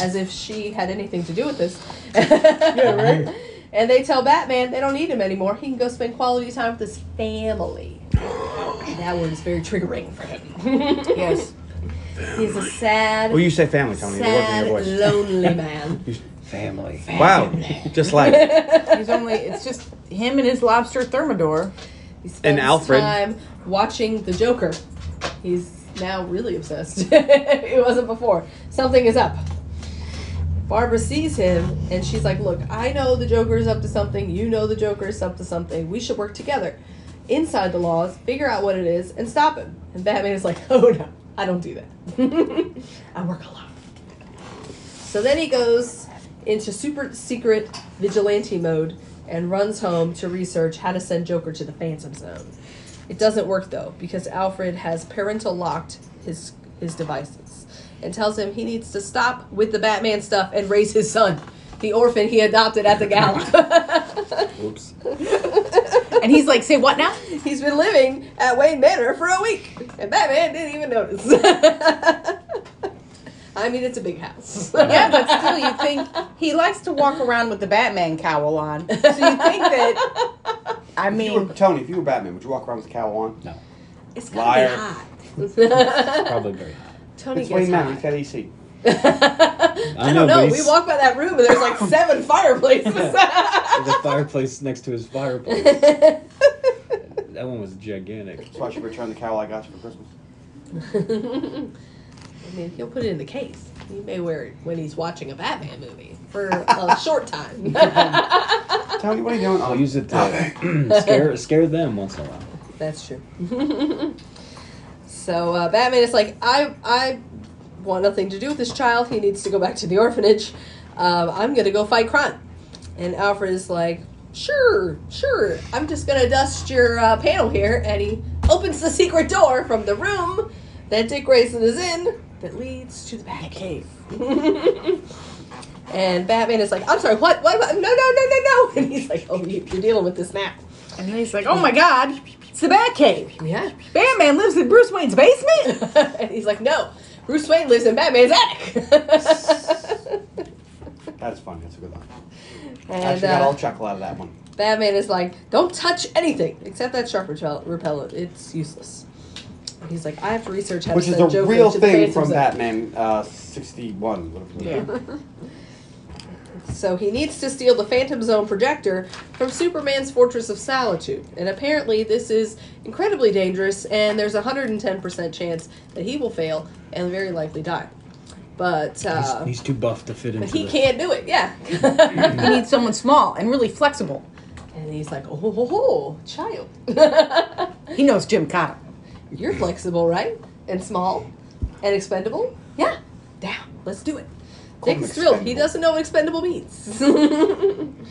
Speaker 3: as if she had anything to do with this. yeah, right. And they tell Batman they don't need him anymore. He can go spend quality time with his family. That word is very triggering for him.
Speaker 1: yes.
Speaker 3: He's a sad,
Speaker 2: Well, you say family, Tony. It wasn't in
Speaker 3: sad,
Speaker 2: your voice.
Speaker 3: lonely man.
Speaker 2: You s-
Speaker 4: Family.
Speaker 2: Wow, just like
Speaker 1: He's only, it's just him and his lobster thermidor.
Speaker 3: He spends
Speaker 2: Alfred.
Speaker 3: time watching the Joker. He's now really obsessed. it wasn't before. Something is up. Barbara sees him and she's like, Look, I know the Joker is up to something. You know the Joker is up to something. We should work together inside the laws, figure out what it is, and stop him. And Batman is like, Oh no, I don't do that. I work alone. So then he goes into super secret vigilante mode and runs home to research how to send Joker to the Phantom Zone. It doesn't work though because Alfred has parental locked his his devices and tells him he needs to stop with the Batman stuff and raise his son, the orphan he adopted at the gala.
Speaker 2: oops.
Speaker 1: And he's like, say what now?
Speaker 3: He's been living at Wayne Manor for a week, and Batman didn't even notice. I mean, it's a big house.
Speaker 1: Yeah, but still, you think he likes to walk around with the Batman cowl on. So you think that, I
Speaker 2: If you
Speaker 1: mean,
Speaker 2: were- Tony, if you were Batman, would you walk around with a cowl on?
Speaker 4: No,
Speaker 3: It's
Speaker 2: Liar.
Speaker 3: gotta be hot.
Speaker 4: probably very hot.
Speaker 3: Tony
Speaker 2: it's
Speaker 3: gets
Speaker 2: Wayne Manor. He's
Speaker 3: hot.
Speaker 2: got AC.
Speaker 3: I
Speaker 4: I
Speaker 3: don't
Speaker 4: know, but
Speaker 3: know. We
Speaker 4: he's-
Speaker 3: walked by that room and there's like seven fireplaces.
Speaker 4: There's a fireplace next to his fireplace. that one was gigantic.
Speaker 2: So I should return the cowl I got you for Christmas.
Speaker 3: I mean, he'll put it in the case. He may wear it when he's watching a Batman movie for a short time.
Speaker 2: Tony, what are you doing? Oh,
Speaker 4: I'll use it to scare scare them once in a while.
Speaker 3: That's true. so uh, Batman is like, I I want nothing to do with this child. He needs to go back to the orphanage. Um, I'm gonna go fight crime. And Alfred is like, sure, sure. I'm just gonna dust your uh, panel here. And he opens the secret door from the room that Dick Grayson is in that leads to the Batcave. and Batman is like, I'm sorry, what, what, what? No, no, no, no, no. And he's like, oh, you- you're dealing with this now.
Speaker 1: and then he's like, oh my God, it's the Batcave.
Speaker 3: Yeah.
Speaker 1: Batman lives in Bruce Wayne's basement?
Speaker 3: and he's like, no, Bruce Wayne lives in Batman's attic.
Speaker 2: That's funny. That's a good one. I
Speaker 3: and
Speaker 2: actually got all
Speaker 3: uh,
Speaker 2: chuckle out of that one.
Speaker 3: Batman is like, don't touch anything except that shark repel- repellent. It's useless. And He's like, I have to research how
Speaker 2: Which
Speaker 3: to
Speaker 2: is
Speaker 3: send
Speaker 2: a
Speaker 3: Joker
Speaker 2: real
Speaker 3: to the
Speaker 2: thing
Speaker 3: Phantom
Speaker 2: from
Speaker 3: Zone.
Speaker 2: Batman uh, 61. whatever.
Speaker 3: So he needs to steal the Phantom Zone projector from Superman's Fortress of Solitude. And apparently, this is incredibly dangerous, and there's a 110% chance that he will fail and very likely die. But uh,
Speaker 4: he's, he's too buff to fit into.
Speaker 3: he
Speaker 4: the-
Speaker 3: can't do it, yeah.
Speaker 1: He needs someone small and really flexible.
Speaker 3: And he's like, oh, ho, ho, ho, child.
Speaker 1: He knows Jim Cotta.
Speaker 3: You're flexible, right? And small and expendable? Yeah. Down. Let's do it.
Speaker 2: Call him
Speaker 3: Dick's thrilled. He
Speaker 2: expendable.
Speaker 3: doesn't know what expendable means.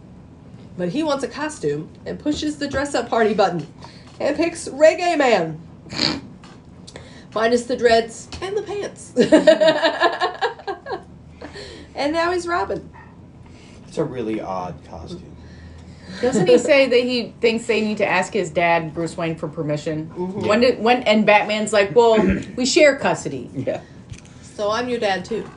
Speaker 3: but he wants a costume and pushes the dress up party button. and picks Reggae Man. Minus the dreads and the pants. and now he's Robin.
Speaker 2: It's a really odd costume.
Speaker 1: Doesn't he say that he thinks they need to ask his dad, Bruce Wayne, for permission? When did when and Batman's like, well, we share custody.
Speaker 4: Yeah.
Speaker 3: So I'm your dad too.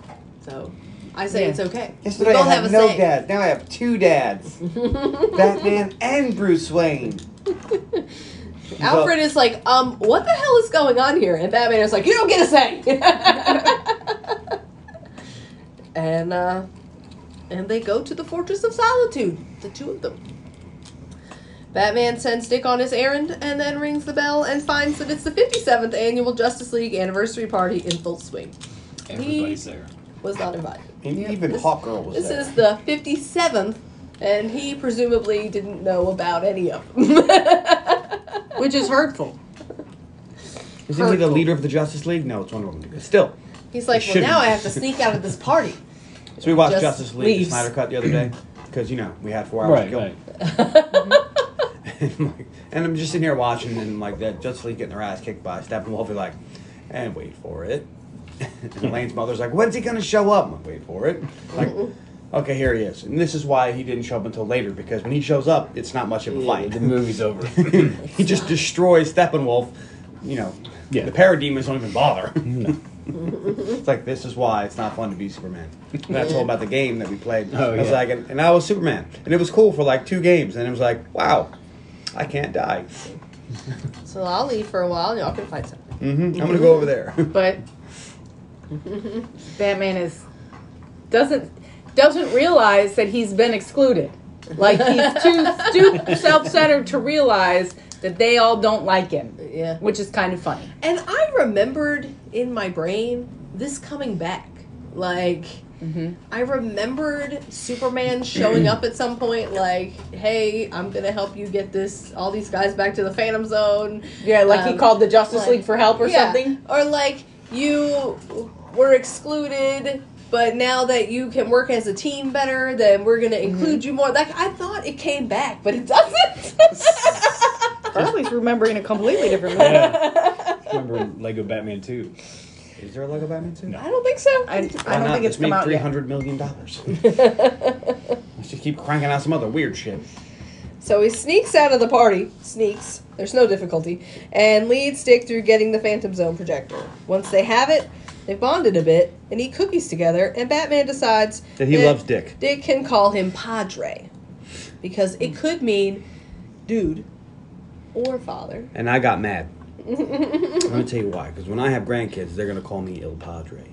Speaker 3: So I say
Speaker 1: Yeah.
Speaker 3: it's okay.
Speaker 2: Yesterday I had no dad. Now I have two dads. Batman and Bruce Wayne.
Speaker 3: Alfred is like, um, what the hell is going on here? And Batman is like, you don't get a say. and uh, and they go to the Fortress of Solitude, the two of them. Batman sends Dick on his errand and then rings the bell and finds that it's the 57th annual Justice League anniversary party in full swing.
Speaker 4: Everybody's there.
Speaker 3: Was not invited.
Speaker 2: And Even Hawkgirl was
Speaker 3: This
Speaker 2: there.
Speaker 3: is the 57th, and he presumably didn't know about any of them.
Speaker 1: Which is hurtful.
Speaker 2: Isn't he the leader of the Justice League? No, it's Wonder Woman. But Still.
Speaker 3: He's like,
Speaker 2: It
Speaker 3: well,
Speaker 2: shouldn't.
Speaker 3: now I have to sneak out of this party.
Speaker 2: So we watched
Speaker 3: Just
Speaker 2: Justice League, the
Speaker 3: leaves.
Speaker 2: Snyder Cut, the other day. Because, you know, we had four hours to
Speaker 4: Right,
Speaker 2: kill.
Speaker 4: right.
Speaker 2: and, like, and I'm just sitting here watching, and like that Justice League getting their ass kicked by Steppenwolf. He's like, and wait for it. and Lane's mother's like, when's he gonna show up? I'm like, wait for it. Like, okay, here he is. And this is why he didn't show up until later because when he shows up, it's not much of a
Speaker 4: Yeah,
Speaker 2: fight.
Speaker 4: the movie's over.
Speaker 2: he just destroys Steppenwolf. You know,
Speaker 4: Yeah.
Speaker 2: the parademons don't even bother. it's like this is why it's not fun to be Superman. And I told about the game that we played.
Speaker 4: Oh,
Speaker 2: I was
Speaker 4: yeah.
Speaker 2: like, and, and I was Superman, and it was cool for like two games, and it was like, wow, I can't die.
Speaker 3: So I'll leave for a while, and y'all can find something.
Speaker 2: hmm I'm gonna go over there.
Speaker 1: But Batman is doesn't doesn't realize that he's been excluded. Like he's too too self-centered to realize that they all don't like him,
Speaker 3: Yeah.
Speaker 1: which is kind of funny.
Speaker 3: And I remembered in my brain this coming back. Like,
Speaker 1: Mm-hmm.
Speaker 3: I remembered Superman showing up at some point, like, hey, I'm going to help you get this, all these guys back to the Phantom Zone.
Speaker 1: Yeah, like he
Speaker 3: Um,
Speaker 1: called the Justice
Speaker 3: like-
Speaker 1: League for help or
Speaker 3: Yeah.
Speaker 1: something.
Speaker 3: Or like you were excluded, but now that you can work as a team better, then we're gonna
Speaker 1: Mm-hmm.
Speaker 3: include you more. Like I thought it came back, but it doesn't.
Speaker 1: Charlie's remembering a completely different movie.
Speaker 4: yeah. Remember Lego Batman 2?
Speaker 2: is there a Lego Batman too?
Speaker 3: I don't think so.
Speaker 1: I, I don't
Speaker 2: Why not?
Speaker 1: think it's
Speaker 2: Just made
Speaker 1: come out
Speaker 2: three
Speaker 1: yet.
Speaker 2: hundred million dollars. Let's just keep cranking out some other weird shit.
Speaker 3: So he sneaks out of the party, sneaks, there's no difficulty, and leads Dick through getting the Phantom Zone projector. Once they have it, they bonded a bit and eat cookies together, and Batman decides
Speaker 2: That he loves Dick.
Speaker 3: Dick can call him Padre because it could mean dude or father.
Speaker 2: And I got mad. I'm gonna tell you why. Because when I have grandkids, they're gonna call me Il Padre.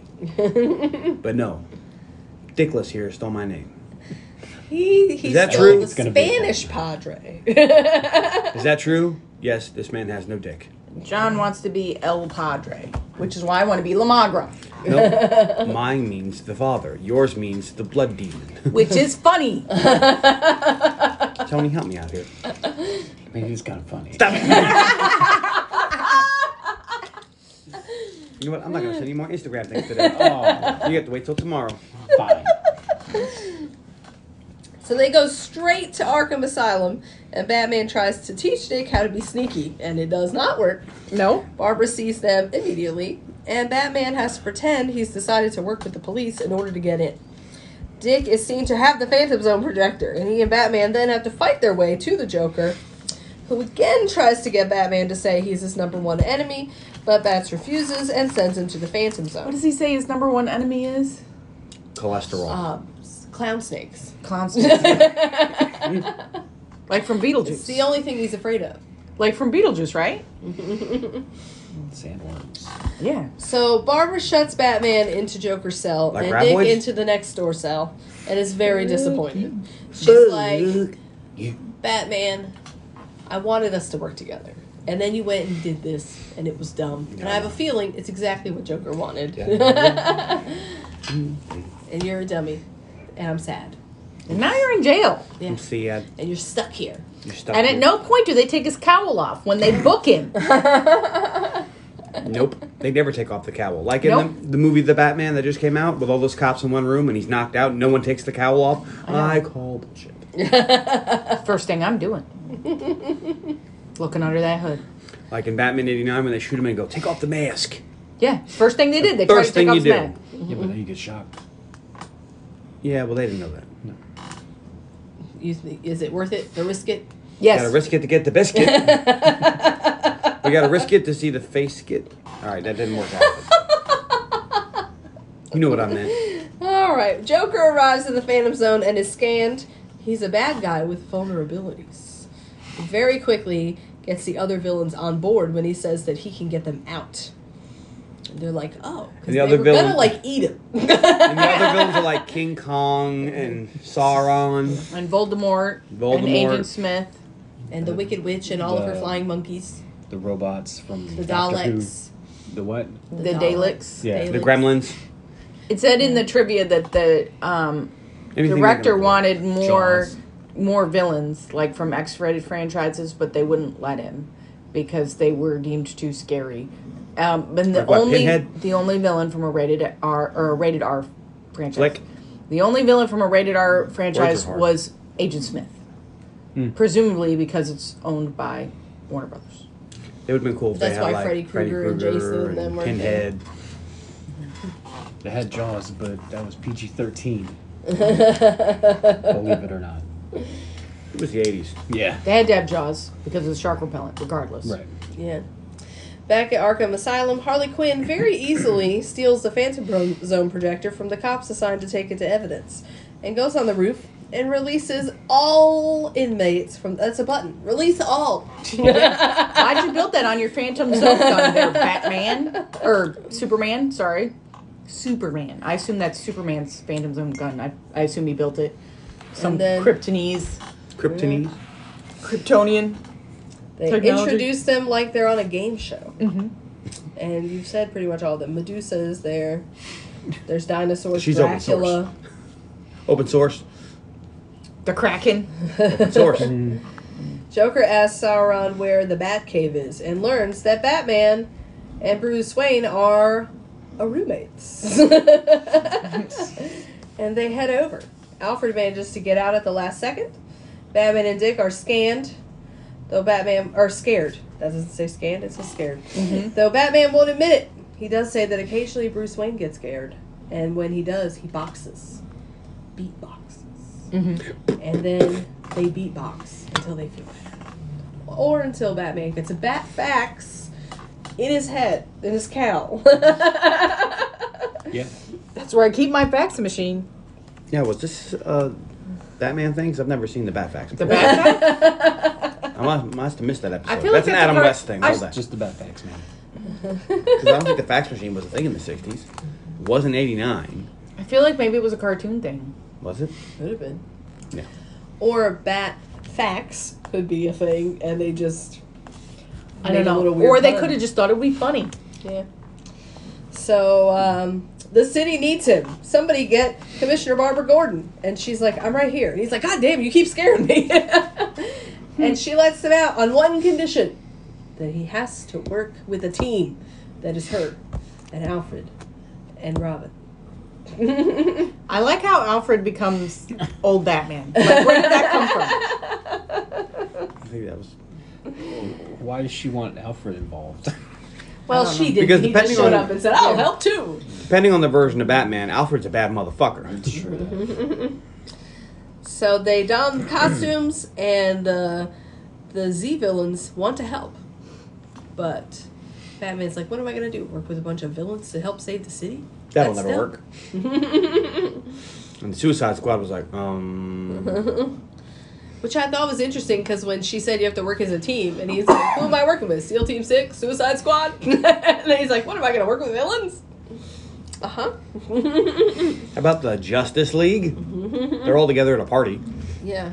Speaker 2: but no, Dickless here stole my name.
Speaker 3: He he's
Speaker 2: Is that
Speaker 3: still
Speaker 2: true?
Speaker 3: the
Speaker 2: It's
Speaker 4: gonna be a
Speaker 3: Spanish Padre.
Speaker 2: Is that true? Yes, this man has no dick.
Speaker 1: John wants to be El Padre, which is why I want to be La Magra,
Speaker 2: Nope. Mine means the father. Yours means the blood demon.
Speaker 1: which is funny.
Speaker 2: Tony, help me out here.
Speaker 4: I mean, it's kind of funny.
Speaker 2: You know what? I'm not gonna send you more Instagram things today.
Speaker 4: Oh,
Speaker 2: You have to wait till tomorrow.
Speaker 4: fine.
Speaker 3: so they go straight to Arkham Asylum, and Batman tries to teach Dick how to be sneaky, and it does not work.
Speaker 1: No,
Speaker 3: Barbara sees them immediately, and Batman has to pretend he's decided to work with the police in order to get in. Dick is seen to have the Phantom Zone projector, and he and Batman then have to fight their way to the Joker, who again tries to get Batman to say he's his number one enemy, but Bats refuses and sends him to the Phantom
Speaker 1: what
Speaker 3: Zone.
Speaker 1: does he say his number one enemy is?
Speaker 2: Cholesterol.
Speaker 3: Uh, clown snakes.
Speaker 1: Clowns, like from
Speaker 3: It's
Speaker 1: Beetlejuice.
Speaker 3: the only thing he's afraid of.
Speaker 1: like from Beetlejuice, right?
Speaker 4: Sandworms.
Speaker 1: Yeah.
Speaker 3: So Barbara shuts Batman into Joker's cell
Speaker 2: Like
Speaker 3: and
Speaker 2: Graboids?
Speaker 3: Dick into the next door cell and is very disappointed. She's like, Batman, I wanted us to work together. And then you went and did this and it was dumb. And I have a feeling it's exactly what Joker wanted. and you're a dummy. And I'm sad.
Speaker 1: And now you're in jail.
Speaker 3: Yeah.
Speaker 2: You See, uh,
Speaker 3: And you're stuck here.
Speaker 2: you're stuck.
Speaker 1: And at
Speaker 2: here.
Speaker 1: no point do they take his cowl off when they book him.
Speaker 2: Nope. They never take off the cowl. Like in
Speaker 1: Nope.
Speaker 2: the, the movie The Batman that just came out with all those cops in one room and he's knocked out and no one takes the cowl off. I call bullshit.
Speaker 1: First thing I'm doing. looking under that hood.
Speaker 2: Like in Batman '89 when they shoot him and go, "Take off the mask."
Speaker 1: Yeah, first thing they did, they
Speaker 2: First
Speaker 1: tried to
Speaker 2: thing
Speaker 1: take
Speaker 2: you
Speaker 1: off his
Speaker 2: do.
Speaker 1: mask.
Speaker 4: Yeah, but then you get shocked.
Speaker 2: Yeah, well, they didn't know that.
Speaker 3: You, th- is it worth it to risk it?
Speaker 1: Yes,
Speaker 2: Gotta risk it to get the biscuit. we gotta risk it to see the face get. All right, that didn't work out. you know what I meant.
Speaker 3: All right. Joker arrives in the Phantom Zone and is scanned. He's a bad guy with vulnerabilities. Very quickly gets the other villains on board when he says that he can get them out. And they're like, oh, because
Speaker 2: The
Speaker 3: they
Speaker 2: other
Speaker 3: were
Speaker 2: villain-
Speaker 3: gonna like eat him.
Speaker 2: And the other villains are like King Kong and Sauron.
Speaker 1: and Voldemort, and
Speaker 2: Voldemort.
Speaker 1: Agent Smith.
Speaker 3: and the Wicked Witch and all of her
Speaker 4: The-
Speaker 3: flying monkeys,
Speaker 4: The robots from
Speaker 3: the
Speaker 4: Doctor Who.
Speaker 3: Daleks,
Speaker 4: The what?
Speaker 1: The Daleks.
Speaker 4: Yeah.
Speaker 2: The Gremlins.
Speaker 1: It said in the trivia that the um,
Speaker 2: Anything
Speaker 1: director
Speaker 2: they can-
Speaker 1: wanted more
Speaker 4: Jaws.
Speaker 1: more villains, like from X-rated franchises, but they wouldn't let him because they were deemed too scary. Um, and the
Speaker 2: Like what,
Speaker 1: only
Speaker 2: Pinhead?
Speaker 1: the only villain from a rated R or a rated R franchise.
Speaker 2: Flick.
Speaker 1: The only villain from a rated R franchise
Speaker 2: hard. Hmm.
Speaker 1: was Agent Smith, presumably because it's owned by Warner Brothers.
Speaker 2: It would have been cool if
Speaker 3: That's
Speaker 2: they had
Speaker 3: why
Speaker 2: like
Speaker 3: Freddy Krueger and
Speaker 2: Krueger
Speaker 3: Jason and them were-
Speaker 2: Pinhead.
Speaker 4: They had Jaws, but that was PG 13. Believe it or not.
Speaker 2: It was the '80s.
Speaker 4: Yeah.
Speaker 1: They had to have Jaws because of the shark repellent, regardless.
Speaker 4: Right.
Speaker 3: Yeah. Back at Arkham Asylum, Harley Quinn very easily steals the Phantom Bro- Zone projector from the cops assigned to take it to evidence and goes on the roof and releases all inmates from. That's a button. Release all.
Speaker 1: Why'd you build that on your Phantom Zone gun there, Batman? Or Superman, sorry. Superman. I assume that's Superman's Phantom Zone gun. I, I assume he built it. Some
Speaker 3: And then-
Speaker 1: Kryptonese.
Speaker 2: Kryptonese.
Speaker 6: Kryptonian.
Speaker 3: They
Speaker 1: Technology.
Speaker 3: introduce them like they're on a game show. And you've said pretty much all of them. Medusa is there. There's dinosaurs.
Speaker 2: She's open source.
Speaker 3: Dracula.
Speaker 2: Open source.
Speaker 1: The Kraken.
Speaker 2: Open source.
Speaker 3: Joker asks Sauron where the Batcave is and learns that Batman and Bruce Wayne are a roommates. and they head over. Alfred manages to get out at the last second. Batman and Dick are scanned, though Batman are scared. That doesn't say scanned; it says scared. Though Batman won't admit it, he does say that occasionally Bruce Wayne gets scared, and when he does, he boxes, beat boxes, Mm-hmm. and then they beat box until they feel bad, or until Batman gets a bat fax in his head in his cowl.
Speaker 4: Yeah.
Speaker 1: That's where I keep my fax machine.
Speaker 2: Yeah, was this uh, Batman thing? 'Cause I've never seen the Batfax.
Speaker 1: The Batman?
Speaker 2: I must, must have missed that episode.
Speaker 1: I feel
Speaker 2: That's
Speaker 1: like it's
Speaker 2: an
Speaker 1: a
Speaker 2: Adam
Speaker 1: part-
Speaker 2: West thing.
Speaker 1: I-
Speaker 2: All that.
Speaker 4: Just about facts, man.
Speaker 2: Because I don't think the fax machine was a thing in the 60s. It wasn't 89,
Speaker 1: I feel like maybe it was a cartoon thing.
Speaker 2: was it?
Speaker 3: Could have been.
Speaker 2: Yeah.
Speaker 3: Or a bat fax could be a thing, and they just
Speaker 1: I
Speaker 3: made
Speaker 1: don't
Speaker 3: a little
Speaker 1: know.
Speaker 3: weird
Speaker 1: Or they
Speaker 3: pun.
Speaker 1: could have just thought it would be funny.
Speaker 3: yeah. So um, the city needs him. Somebody get Commissioner Barbara Gordon, and she's like, "I'm right here." And he's like, "God damn, you keep scaring me." and she lets him out on one condition: that he has to work with a team that is her, and Alfred, and Robin.
Speaker 1: I like how Alfred becomes old Batman. Like, where did that come from?
Speaker 2: I think that was.
Speaker 4: Why does she want Alfred involved?
Speaker 3: Well, she did.
Speaker 2: Because
Speaker 3: Because he
Speaker 2: depending
Speaker 3: just showed
Speaker 2: on-
Speaker 3: up and said, "I'll help too."
Speaker 2: Depending on the version of Batman, Alfred's a bad motherfucker.
Speaker 4: Sure.
Speaker 3: So they don the costumes, and uh, the Z villains want to help. But Batman's like, what am I going to do? Work with a bunch of villains to help save the city?
Speaker 2: That'll
Speaker 3: That's
Speaker 2: never work. and the Suicide Squad was like, um.
Speaker 3: Which I thought was interesting because when she said you have to work as a team, and he's like, who am I working with? SEAL Team 6? Suicide Squad? and then he's like, what am I going to work with villains? Uh huh.
Speaker 2: How about the Justice League? They're all together at a party.
Speaker 3: Yeah.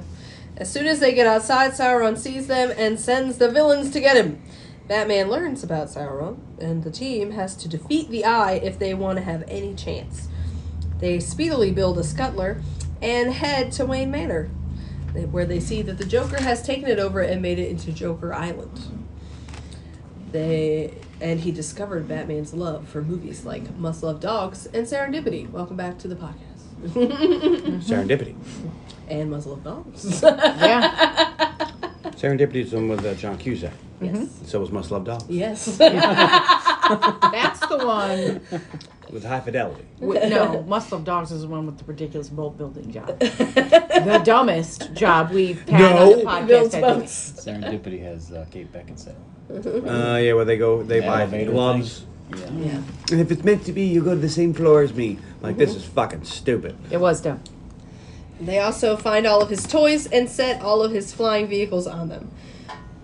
Speaker 3: As soon as they get outside, Sauron sees them and sends the villains to get him. Batman learns about Sauron, and the team has to defeat the Eye if they want to have any chance. They speedily build a scuttler and head to Wayne Manor, they- where they see that the Joker has taken it over and made it into Joker Island. They and he discovered Batman's love for movies like Must Love Dogs and Serendipity. Welcome back to the podcast.
Speaker 2: Serendipity.
Speaker 3: and Must Love Dogs.
Speaker 1: Yeah.
Speaker 2: Serendipity is the one with uh, John Cusack.
Speaker 3: Yes.
Speaker 2: So was Must Love Dogs.
Speaker 3: Yes.
Speaker 7: That's the one.
Speaker 2: With High Fidelity.
Speaker 7: With, no, Muscle of Dogs is the one with the ridiculous boat building job. the dumbest job we've had on the
Speaker 2: No.
Speaker 7: podcast.
Speaker 3: Builds
Speaker 7: I think.
Speaker 3: boats.
Speaker 4: Serendipity has uh, Kate Beckinsale.
Speaker 7: Mm-hmm.
Speaker 2: Uh, yeah, where they go, they
Speaker 4: The
Speaker 2: buy
Speaker 4: elevator
Speaker 2: gloves.
Speaker 4: thing. Yeah.
Speaker 3: Yeah.
Speaker 2: And if it's meant to be, you go to the same floor as me. Like, this
Speaker 7: Mm-hmm.
Speaker 2: is fucking stupid.
Speaker 7: It was dumb.
Speaker 3: They also find all of his toys and set all of his flying vehicles on them.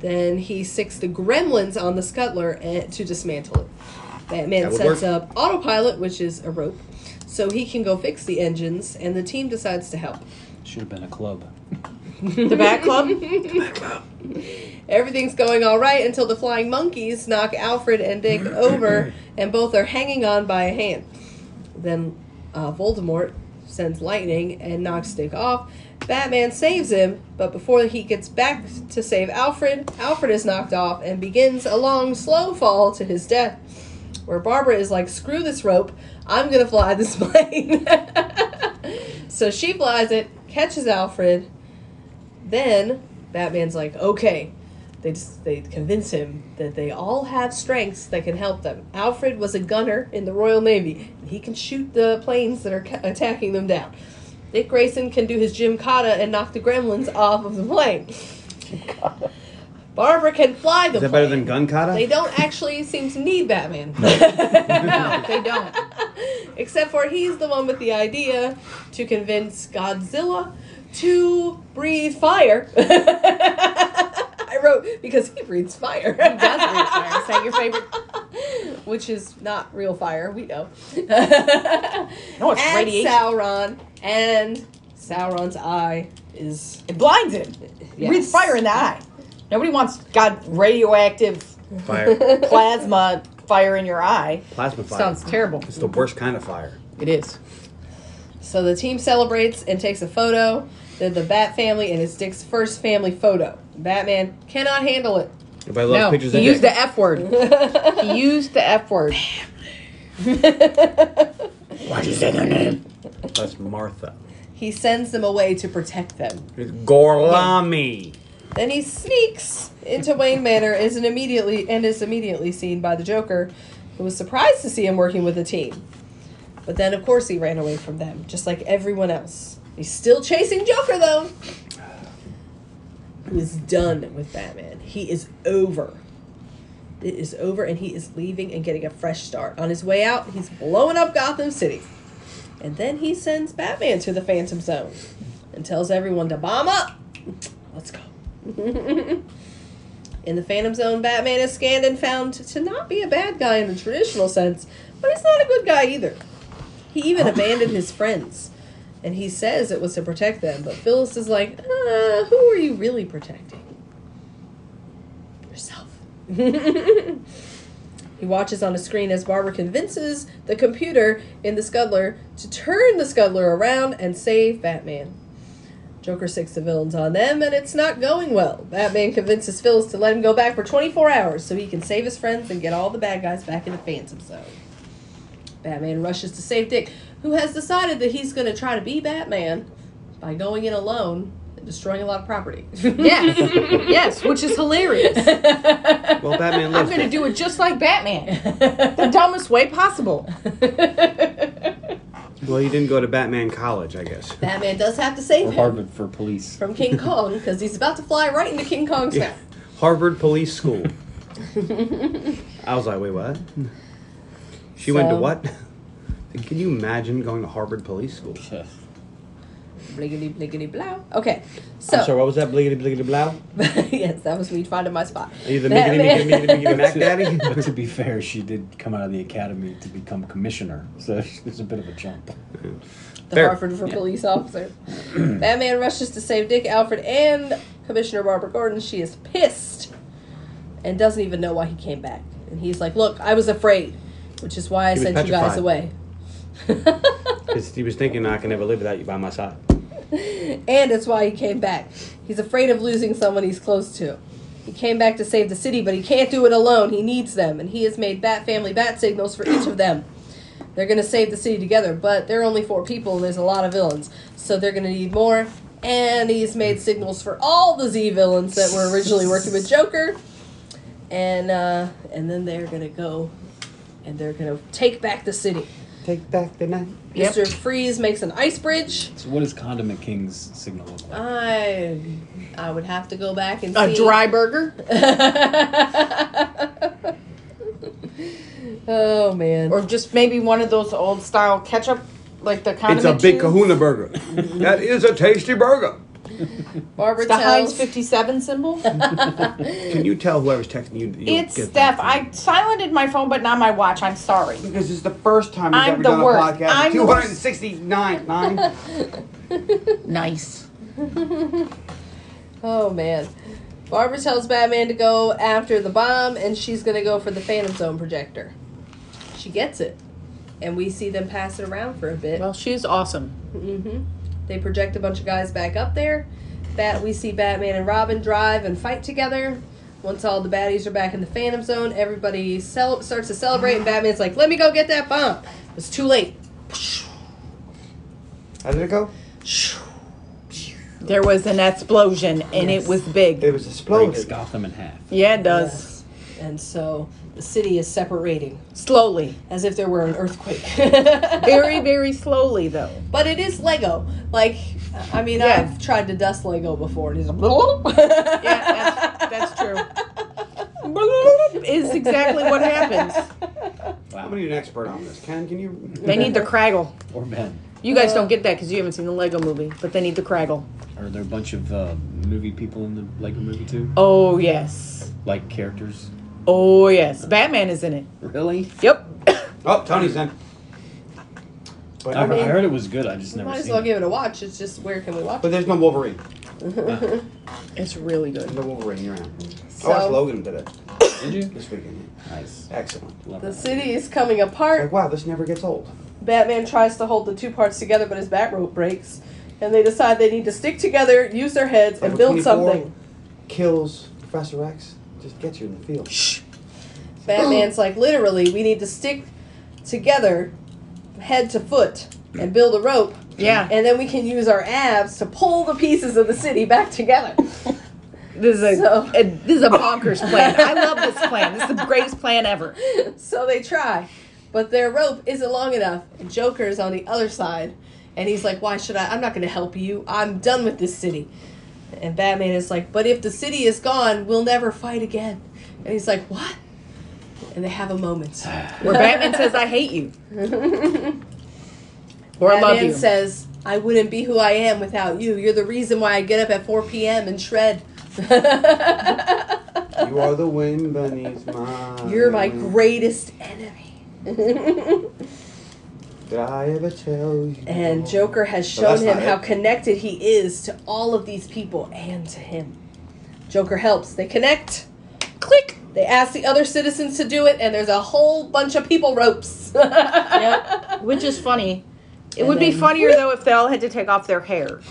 Speaker 3: Then he sticks the gremlins on the scuttler eh, to dismantle it. Batman
Speaker 2: That would
Speaker 3: sets
Speaker 2: work.
Speaker 3: up autopilot, which is a rope, so he can go fix the engines, and the team decides to help.
Speaker 4: Should have been a club.
Speaker 7: The Bat Club.
Speaker 3: Everything's going all right until the flying monkeys knock Alfred and Dick over, and both are hanging on by a hand. Then uh, Voldemort sends lightning and knocks Dick off. Batman saves him, but before he gets back to save Alfred, Alfred is knocked off and begins a long, slow fall to his death. Where Barbara is like, screw this rope, I'm gonna fly this plane. so she flies it, catches Alfred, then Batman's like, okay. They, just, they convince him that they all have strengths that can help them. Alfred was a gunner in the Royal Navy. He can shoot the planes that are ca- attacking them down. Dick Grayson can do his gymkata and knock the gremlins off of the plane. Barbara can fly the
Speaker 2: Is that
Speaker 3: plane.
Speaker 2: better than Gun
Speaker 3: They
Speaker 2: Kata?
Speaker 3: don't actually seem to need Batman.
Speaker 7: No, they don't.
Speaker 3: Except for he's the one with the idea to convince Godzilla to breathe fire. I wrote because he breathes fire.
Speaker 7: That's weird, sorry. Is that your favorite?
Speaker 3: Which is not real fire, we know.
Speaker 7: No, it's
Speaker 3: and
Speaker 7: radiation.
Speaker 3: Sauron. And Sauron's eye is.
Speaker 7: It blinds him.
Speaker 3: Yes.
Speaker 7: Breathes fire in the eye. Nobody wants God radioactive
Speaker 2: Fire.
Speaker 7: plasma fire in your eye.
Speaker 2: Plasma fire.
Speaker 7: Sounds terrible.
Speaker 2: It's the worst kind of fire.
Speaker 7: It is.
Speaker 3: So the team celebrates and takes a photo. Then the Bat family, and it's Dick's first family photo. Batman cannot handle it.
Speaker 2: Everybody loves
Speaker 7: no,
Speaker 2: pictures
Speaker 7: he
Speaker 2: of
Speaker 7: used
Speaker 2: dick.
Speaker 7: the F word. he used the F word.
Speaker 2: What is that name? That's Martha.
Speaker 3: He sends them away to protect them.
Speaker 2: It's Gorlami.
Speaker 3: Then he sneaks into Wayne Manor is an immediately and is immediately seen by the Joker, who was surprised to see him working with the team. But then of course he ran away from them, just like everyone else. He's still chasing Joker though. Who is done with Batman. He is over. It is over and he is leaving and getting a fresh start. On his way out, he's blowing up Gotham City. And then he sends Batman to the Phantom Zone and tells everyone to bomb up. Let's go. In the Phantom Zone, Batman is scanned and found to not be a bad guy in the traditional sense, but he's not a good guy either. He even abandoned his friends, and he says it was to protect them, but Phyllis is like, uh, who are you really protecting? Yourself. he watches on a screen as Barbara convinces the computer in the Scuttler to turn the Scuttler around and save Batman. Joker sticks the villains on them, and it's not going well. Batman convinces Phyllis to let him go back for 24 hours so he can save his friends and get all the bad guys back in the Phantom Zone. Batman rushes to save Dick, who has decided that he's going to try to be Batman by going in alone and destroying a lot of property.
Speaker 7: Yes. yes, which is hilarious.
Speaker 2: Well, Batman
Speaker 7: I'm
Speaker 2: loves
Speaker 7: going to
Speaker 2: it.
Speaker 7: do it just like Batman. The dumbest way possible.
Speaker 2: Well, you didn't go to Batman College, I guess.
Speaker 3: Batman does have to save
Speaker 4: Or
Speaker 3: him
Speaker 4: Harvard for police.
Speaker 3: from King Kong because he's about to fly right into King Kong's mouth.
Speaker 2: Harvard Police School. I was like, wait, what? She went to
Speaker 3: So-
Speaker 2: what? Can you imagine going to Harvard Police School?
Speaker 3: Bliggity, bliggity, blow. Okay, so.
Speaker 2: I'm sorry, what was that? Bliggity bliggity blow?
Speaker 3: yes, that was me finding my spot.
Speaker 2: Are you the
Speaker 3: Batman-
Speaker 2: miggity miggity miggity miggity mac daddy?
Speaker 4: but to be fair, she did come out of the academy to become commissioner, so there's a bit of a jump.
Speaker 3: the
Speaker 2: Fair.
Speaker 3: Hartford for police officer. Batman rushes to save Dick, Alfred, and Commissioner Barbara Gordon. She is pissed and doesn't even know why he came back. And he's like, "Look, I was afraid, which is why I
Speaker 2: was
Speaker 3: sent you guys
Speaker 2: petrified.
Speaker 3: away."
Speaker 2: 'Cause he was thinking I can never live without you by my side.
Speaker 3: and it's why he came back. He's afraid of losing someone he's close to. He came back to save the city, but he can't do it alone. He needs them, and he has made Bat Family Bat signals for each of them. They're going to save the city together, but they're only four people, and there's a lot of villains. So they're going to need more, and he's made signals for all the Z villains that were originally working with Joker. And uh, and then they're gonna go, and they're gonna take back the city.
Speaker 2: Take back the night.
Speaker 7: Yep.
Speaker 3: Mister Freeze makes an ice bridge.
Speaker 4: So what does Condiment King's signal look like?
Speaker 3: I I would have to go back and
Speaker 7: A
Speaker 3: see.
Speaker 7: dry burger
Speaker 3: oh man.
Speaker 7: or just maybe one of those old style ketchup, like the
Speaker 2: It's
Speaker 7: condiment.
Speaker 2: a big
Speaker 7: tubes?
Speaker 2: kahuna burger. that is a tasty burger.
Speaker 3: Barbara
Speaker 7: The Heinz
Speaker 3: tells.
Speaker 7: 57 symbol.
Speaker 2: Can you tell whoever's texting you? you
Speaker 7: it's Steph. I silenced my phone, but not my watch. I'm sorry.
Speaker 2: Because it's the first time
Speaker 7: I'm the worst. I'm the worst.
Speaker 2: 269. Nine.
Speaker 7: Nice.
Speaker 3: Oh man. Barbara tells Batman to go after the bomb and she's going to go for the Phantom Zone projector. She gets it. And we see them pass it around for a bit.
Speaker 7: Well, she's awesome.
Speaker 3: hmm They project a bunch of guys back up there. Bat we see Batman and Robin drive and fight together. Once all the baddies are back in the Phantom Zone, everybody cel- starts to celebrate and Batman's like, "Let me go get that bomb." It's too late.
Speaker 2: How did it go?
Speaker 1: There was an explosion and it was big.
Speaker 2: It was
Speaker 4: Breaks
Speaker 2: exploded.
Speaker 4: Gotham in half.
Speaker 1: Yeah, it does.
Speaker 3: And so the city is separating
Speaker 1: Slowly.
Speaker 3: as if there were an earthquake.
Speaker 1: Very, very slowly though.
Speaker 3: But it is Lego. Like, I mean, I've tried to dust Lego before, and it's like,
Speaker 1: Yeah, that's, that's true. Is exactly what happens.
Speaker 2: I'm gonna need an expert on this. Ken, can you?
Speaker 1: They need the craggle.
Speaker 4: Or men.
Speaker 1: You guys don't get that because you haven't seen the Lego movie, but they need the craggle.
Speaker 4: Are there a bunch of uh, movie people in the Lego movie too?
Speaker 1: Oh, yes.
Speaker 4: Like characters?
Speaker 1: Oh, yes. Batman is in it.
Speaker 4: Really?
Speaker 1: Yep.
Speaker 2: Oh, Tony's in. But,
Speaker 4: I, I heard it was good. I just
Speaker 3: we
Speaker 4: never
Speaker 3: might as
Speaker 4: seen
Speaker 3: well
Speaker 4: it.
Speaker 3: give it a watch. It's just where can we watch?
Speaker 2: but there's no Wolverine.
Speaker 1: It's really good.
Speaker 2: There's no Wolverine. You're out. I watched
Speaker 3: So-
Speaker 2: Oh, Logan today.
Speaker 4: Did you?
Speaker 2: This weekend.
Speaker 4: Nice.
Speaker 2: Excellent.
Speaker 4: Love
Speaker 3: The
Speaker 4: that.
Speaker 3: city is coming apart.
Speaker 2: Like wow, this never gets old.
Speaker 3: Batman tries to hold the two parts together, but his bat rope breaks, and they decide they need to stick together, use their heads,
Speaker 2: Number
Speaker 3: and build
Speaker 2: 24
Speaker 3: something.
Speaker 2: Kills Professor X. Just gets you in the field. Shh.
Speaker 3: Batman's like, literally, we need to stick together, head to foot, and build a rope,
Speaker 1: Yeah.
Speaker 3: and then we can use our abs to pull the pieces of the city back together.
Speaker 1: This is a,
Speaker 3: So-
Speaker 1: a- this is a bonkers plan. I love this plan. This is the greatest plan ever.
Speaker 3: So they try, but their rope isn't long enough. And Joker is on the other side, and he's like, "Why should I? I'm not going to help you. I'm done with this city." And Batman is like, "But if the city is gone, we'll never fight again." And he's like, "What?" And they have a moment.
Speaker 1: Where Batman says, I hate you. Or I love
Speaker 3: Batman
Speaker 1: you.
Speaker 3: says, "I wouldn't be who I am without you. You're the reason why I get up at 4 p.m. and shred."
Speaker 2: You are the wind beneath my.
Speaker 3: You're my greatest enemy.
Speaker 2: Did I ever tell you?
Speaker 3: And Joker has
Speaker 2: No,
Speaker 3: shown
Speaker 2: that's
Speaker 3: him
Speaker 2: not
Speaker 3: how
Speaker 2: it.
Speaker 3: connected he is to all of these people and to him. Joker helps. They connect. Click. They ask the other citizens to do it, and there's a whole bunch of people ropes.
Speaker 1: Yep. Which is funny. It would be
Speaker 3: then-
Speaker 1: funnier though if they all had to take off their hair.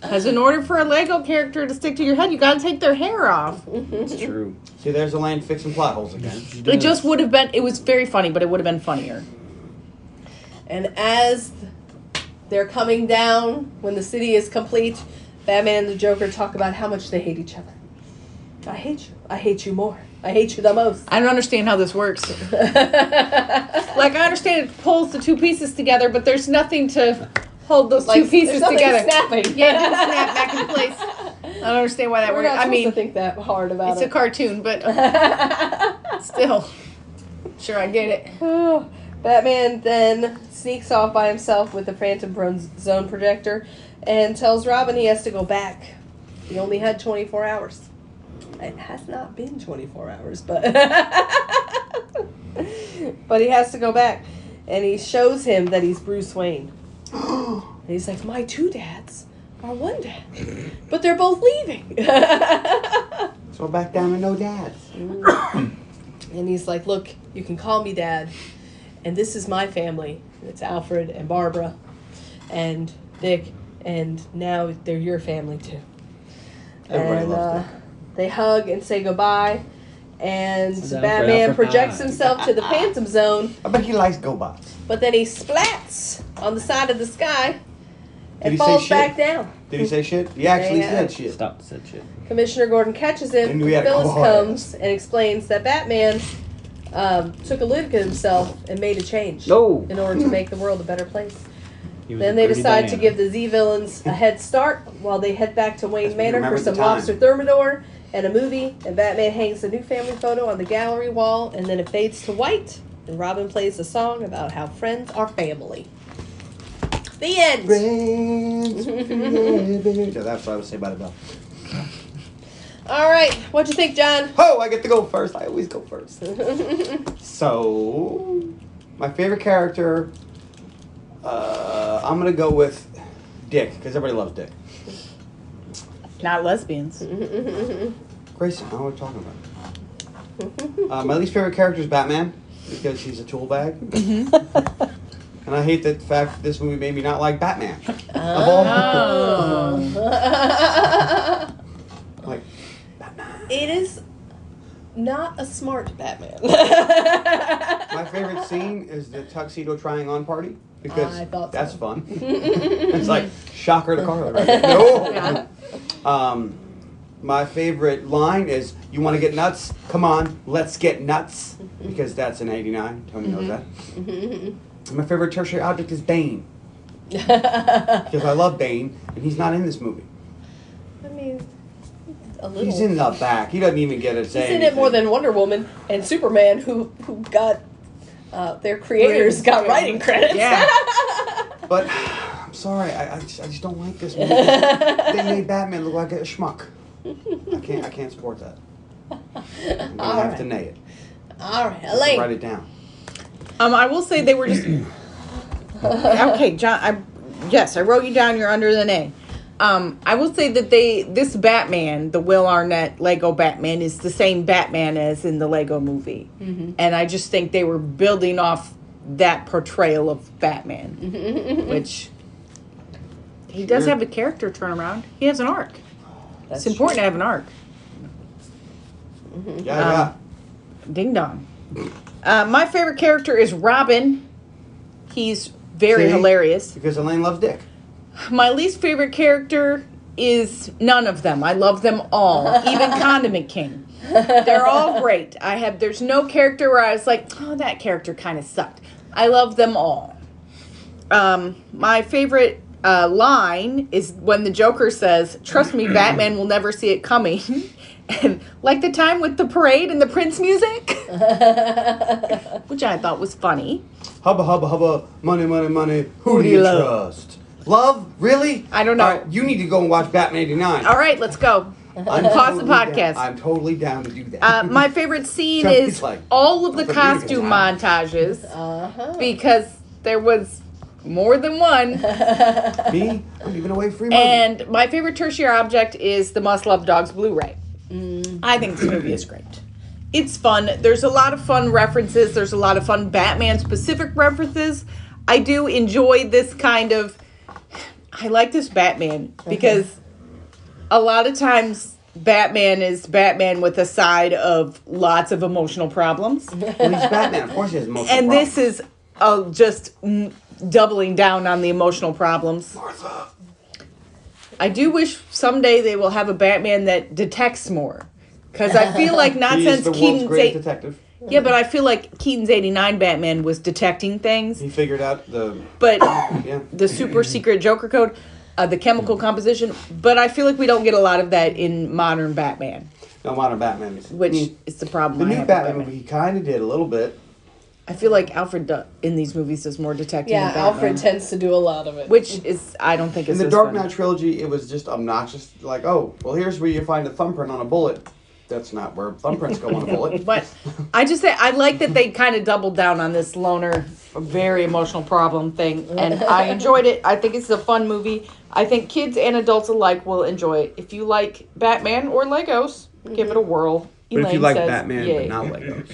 Speaker 1: Because in order for a Lego character to stick to your head, you gotta take their hair off.
Speaker 4: It's true.
Speaker 2: See, there's a land fixing plot holes again.
Speaker 1: It just would have been. It was very funny, but it would have been funnier.
Speaker 3: And as they're coming down, when the city is complete, Batman and the Joker talk about how much they hate each other. I hate you. I hate you more. I hate you the most.
Speaker 1: I don't understand how this works. like I understand it pulls the two pieces together, but there's nothing to hold those
Speaker 3: Like,
Speaker 1: two pieces
Speaker 3: there's something
Speaker 1: together.
Speaker 3: snapping.
Speaker 1: Yeah, it didn't snap back into place. I don't understand why that
Speaker 3: We're
Speaker 1: works.
Speaker 3: not
Speaker 1: I
Speaker 3: supposed
Speaker 1: mean,
Speaker 3: to think that hard about
Speaker 1: it's
Speaker 3: it.
Speaker 1: a cartoon, but uh, still, sure I get it.
Speaker 3: Oh, Batman then sneaks off by himself with the Phantom Pro- Zone projector and tells Robin he has to go back. He only had 24 hours. It has not been 24 hours, but but he has to go back, and he shows him that he's Bruce Wayne. And he's like, my two dads are one dad, but they're both leaving.
Speaker 2: So back down with no dads.
Speaker 3: And he's like, Look, you can call me dad. And this is my family. It's Alfred and Barbara and Dick. And now they're your family too.
Speaker 2: Everybody
Speaker 3: and
Speaker 2: loves
Speaker 3: uh, they hug and say goodbye. And
Speaker 4: Alfred,
Speaker 3: Batman
Speaker 4: Alfred,
Speaker 3: projects
Speaker 2: Ah.
Speaker 4: hi.
Speaker 3: himself to the Phantom Zone,
Speaker 2: I bet he likes GoBots.
Speaker 3: but then he splats on the side of the sky.
Speaker 2: Did he
Speaker 3: and
Speaker 2: say
Speaker 3: falls
Speaker 2: shit?
Speaker 3: back down.
Speaker 2: Did he say shit? He actually
Speaker 3: Yeah.
Speaker 2: said shit.
Speaker 4: Stop said shit.
Speaker 3: Commissioner Gordon catches him.
Speaker 2: And we had
Speaker 3: Phyllis
Speaker 2: quiet.
Speaker 3: comes and explains that Batman um, took a look at himself and made a change
Speaker 4: No.
Speaker 3: in order to make the world a better place.
Speaker 4: He was
Speaker 3: Then
Speaker 4: a
Speaker 3: they
Speaker 4: dirty
Speaker 3: decide to
Speaker 4: Diana.
Speaker 3: give the Z villains a head start while they head back to Wayne
Speaker 2: That's when you
Speaker 3: Manor for
Speaker 2: remember the
Speaker 3: some
Speaker 2: time.
Speaker 3: lobster thermidor and a movie. And Batman hangs the new family photo on the gallery wall, and then it fades to white. And Robin plays a song about how friends are family. The end.
Speaker 2: Friends forever. Yeah, That's what I was saying about it. Bell.
Speaker 3: All right, what'd you think, John?
Speaker 2: Oh, I get to go first. I always go first. so, my favorite character, uh, I'm gonna go with Dick because everybody loves Dick.
Speaker 1: Not lesbians.
Speaker 2: Grayson, I don't know what I'm talking about. uh, my least favorite character is Batman because he's a tool bag.
Speaker 3: Mm-hmm.
Speaker 2: and I hate the fact that this movie made me not like Batman.
Speaker 3: Oh,
Speaker 2: Of all- like,
Speaker 3: It is not a smart Batman.
Speaker 2: my favorite scene is the tuxedo trying on party because
Speaker 3: I thought
Speaker 2: that's fun. it's like shocker to Carla. Right? there. No. Um, my favorite line is "You want to get nuts? Come on, let's get nuts." Because that's an '89. Tony knows
Speaker 3: Mm-hmm.
Speaker 2: that. And My favorite tertiary object is Bane because I love Bane, and he's not in this movie.
Speaker 3: I mean, a little.
Speaker 2: He's in the back. He doesn't even get a say.
Speaker 3: He's in it more
Speaker 2: anything.
Speaker 3: than Wonder Woman and Superman, who who got uh, their creators got writing credits.
Speaker 1: Yeah.
Speaker 2: But I'm sorry, I, I, just, I just don't like this movie. they made Batman look like a schmuck. I can't I can't support that. I'm gonna
Speaker 3: All
Speaker 2: have
Speaker 3: right.
Speaker 2: to nay it.
Speaker 3: All right,
Speaker 2: Write
Speaker 3: Elaine.
Speaker 2: it down.
Speaker 1: Um, I will say they were just okay, John. I yes, I wrote you down. You're under the name. Um, I will say that they this Batman, the Will Arnett Lego Batman, is the same Batman as in the Lego Movie, and I just think they were building off that portrayal of Batman, which he does have a character turnaround. He has an arc. it's important to have an arc.
Speaker 2: Yeah, yeah.
Speaker 1: Um, Ding dong. Uh, my favorite character is Robin. He's very
Speaker 2: See?
Speaker 1: hilarious.
Speaker 2: Because Elaine loves Dick.
Speaker 1: My least favorite character is none of them. I love them all, even Condiment King. They're all great. I have there's no character where I was like, oh, that character kind of sucked. I love them all. Um, my favorite uh, line is when the Joker says, "Trust me, Batman will never see it coming." and like the time with the parade and the Prince music, which I thought was funny.
Speaker 2: Hubba hubba hubba. Money money money. Who do
Speaker 1: you
Speaker 2: you
Speaker 1: love?
Speaker 2: trust? Love? Really?
Speaker 1: I don't know.
Speaker 2: All right, you need to go and watch Batman '89.
Speaker 1: All right, let's go.
Speaker 2: I'm
Speaker 1: Pause the
Speaker 2: totally down-
Speaker 1: podcast.
Speaker 2: I'm totally down to do that.
Speaker 1: Uh, my favorite scene
Speaker 2: Sounds
Speaker 1: is
Speaker 2: like-
Speaker 1: all of the
Speaker 2: Sounds like a
Speaker 1: costume
Speaker 2: musical
Speaker 1: montages
Speaker 3: Uh-huh.
Speaker 1: because there was more than one.
Speaker 2: Me? I'm giving away free money.
Speaker 1: And my favorite tertiary object is the Must Love Dogs Blu-ray. I think this movie is great. It's fun. There's a lot of fun references. There's a lot of fun Batman specific references. I do enjoy this kind of. I like this Batman because a lot of times Batman is Batman with a side of lots of emotional problems
Speaker 2: well, he's Batman. Of course, he has most.
Speaker 1: and this is uh, just mm, doubling down on the emotional problems. I do wish someday they will have a Batman that detects more, because I feel like not
Speaker 2: He
Speaker 1: since
Speaker 2: is the world's
Speaker 1: Keaton's
Speaker 2: greatest
Speaker 1: eight,
Speaker 2: detective.
Speaker 1: yeah, but I feel like Keaton's eighty nine Batman was detecting things,
Speaker 2: He figured out the
Speaker 1: but
Speaker 2: yeah.
Speaker 1: the super secret Joker code, uh, the chemical composition. But I feel like we don't get a lot of that in modern Batman,
Speaker 2: No modern Batman. is-
Speaker 1: which
Speaker 2: Mm.
Speaker 1: is the problem.
Speaker 2: the
Speaker 1: I
Speaker 2: new
Speaker 1: have
Speaker 2: Batman,
Speaker 1: with
Speaker 2: movie, he kind of did a little bit.
Speaker 1: I feel like Alfred do- in these movies does more detecting.
Speaker 3: Yeah,
Speaker 1: than Batman.
Speaker 3: Alfred tends to do a lot of it.
Speaker 1: which is I don't think
Speaker 2: In
Speaker 1: is
Speaker 2: the
Speaker 1: as
Speaker 2: Dark
Speaker 1: funny.
Speaker 2: Knight trilogy, it was just obnoxious. Like, oh, well, here's where you find a thumbprint on a bullet. That's not where thumbprints go on a bullet.
Speaker 1: But I just say I like that they kind of doubled down on this loner, very emotional problem thing, and I enjoyed it. I think it's a fun movie. I think kids and adults alike will enjoy it. If you like Batman or Legos, give it a whirl.
Speaker 2: But if you
Speaker 1: Elaine
Speaker 2: like
Speaker 1: says,
Speaker 2: Batman,
Speaker 1: yay.
Speaker 2: but not Legos,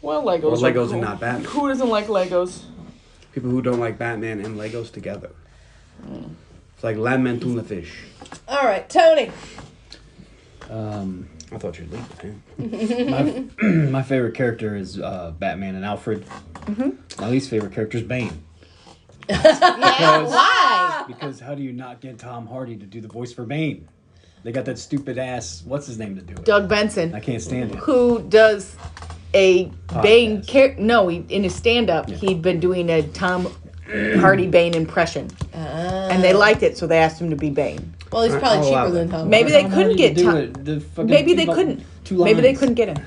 Speaker 1: well, Legos
Speaker 2: or
Speaker 1: are
Speaker 2: Legos
Speaker 1: cool.
Speaker 2: and not Batman,
Speaker 1: Who doesn't like Legos?
Speaker 2: people who don't like Batman and Legos together,
Speaker 1: Mm.
Speaker 2: it's like lemon tuna fish.
Speaker 3: All right, Tony.
Speaker 4: Um,
Speaker 2: I thought you'd leave. Man.
Speaker 4: my, my favorite character is uh, Batman and Alfred. My least favorite character is Bane. Because-
Speaker 7: Why?
Speaker 4: Because how do you not get Tom Hardy to do the voice for Bane? They got that stupid ass. What's his name to do it?
Speaker 1: Doug Benson.
Speaker 4: I can't stand it.
Speaker 1: who does a Bane char-
Speaker 4: Podcast.
Speaker 1: no he, in his stand up he'd been doing a Tom Hardy Bane impression
Speaker 3: Uh,
Speaker 1: and they Uh-huh. liked it so they asked him to be Bane
Speaker 3: Well, he's
Speaker 2: I'll
Speaker 3: probably
Speaker 2: allow
Speaker 3: cheaper
Speaker 2: that.
Speaker 3: than Tom.
Speaker 1: Maybe
Speaker 3: Hardy.
Speaker 1: they couldn't get Tom- maybe they couldn't maybe they couldn't get him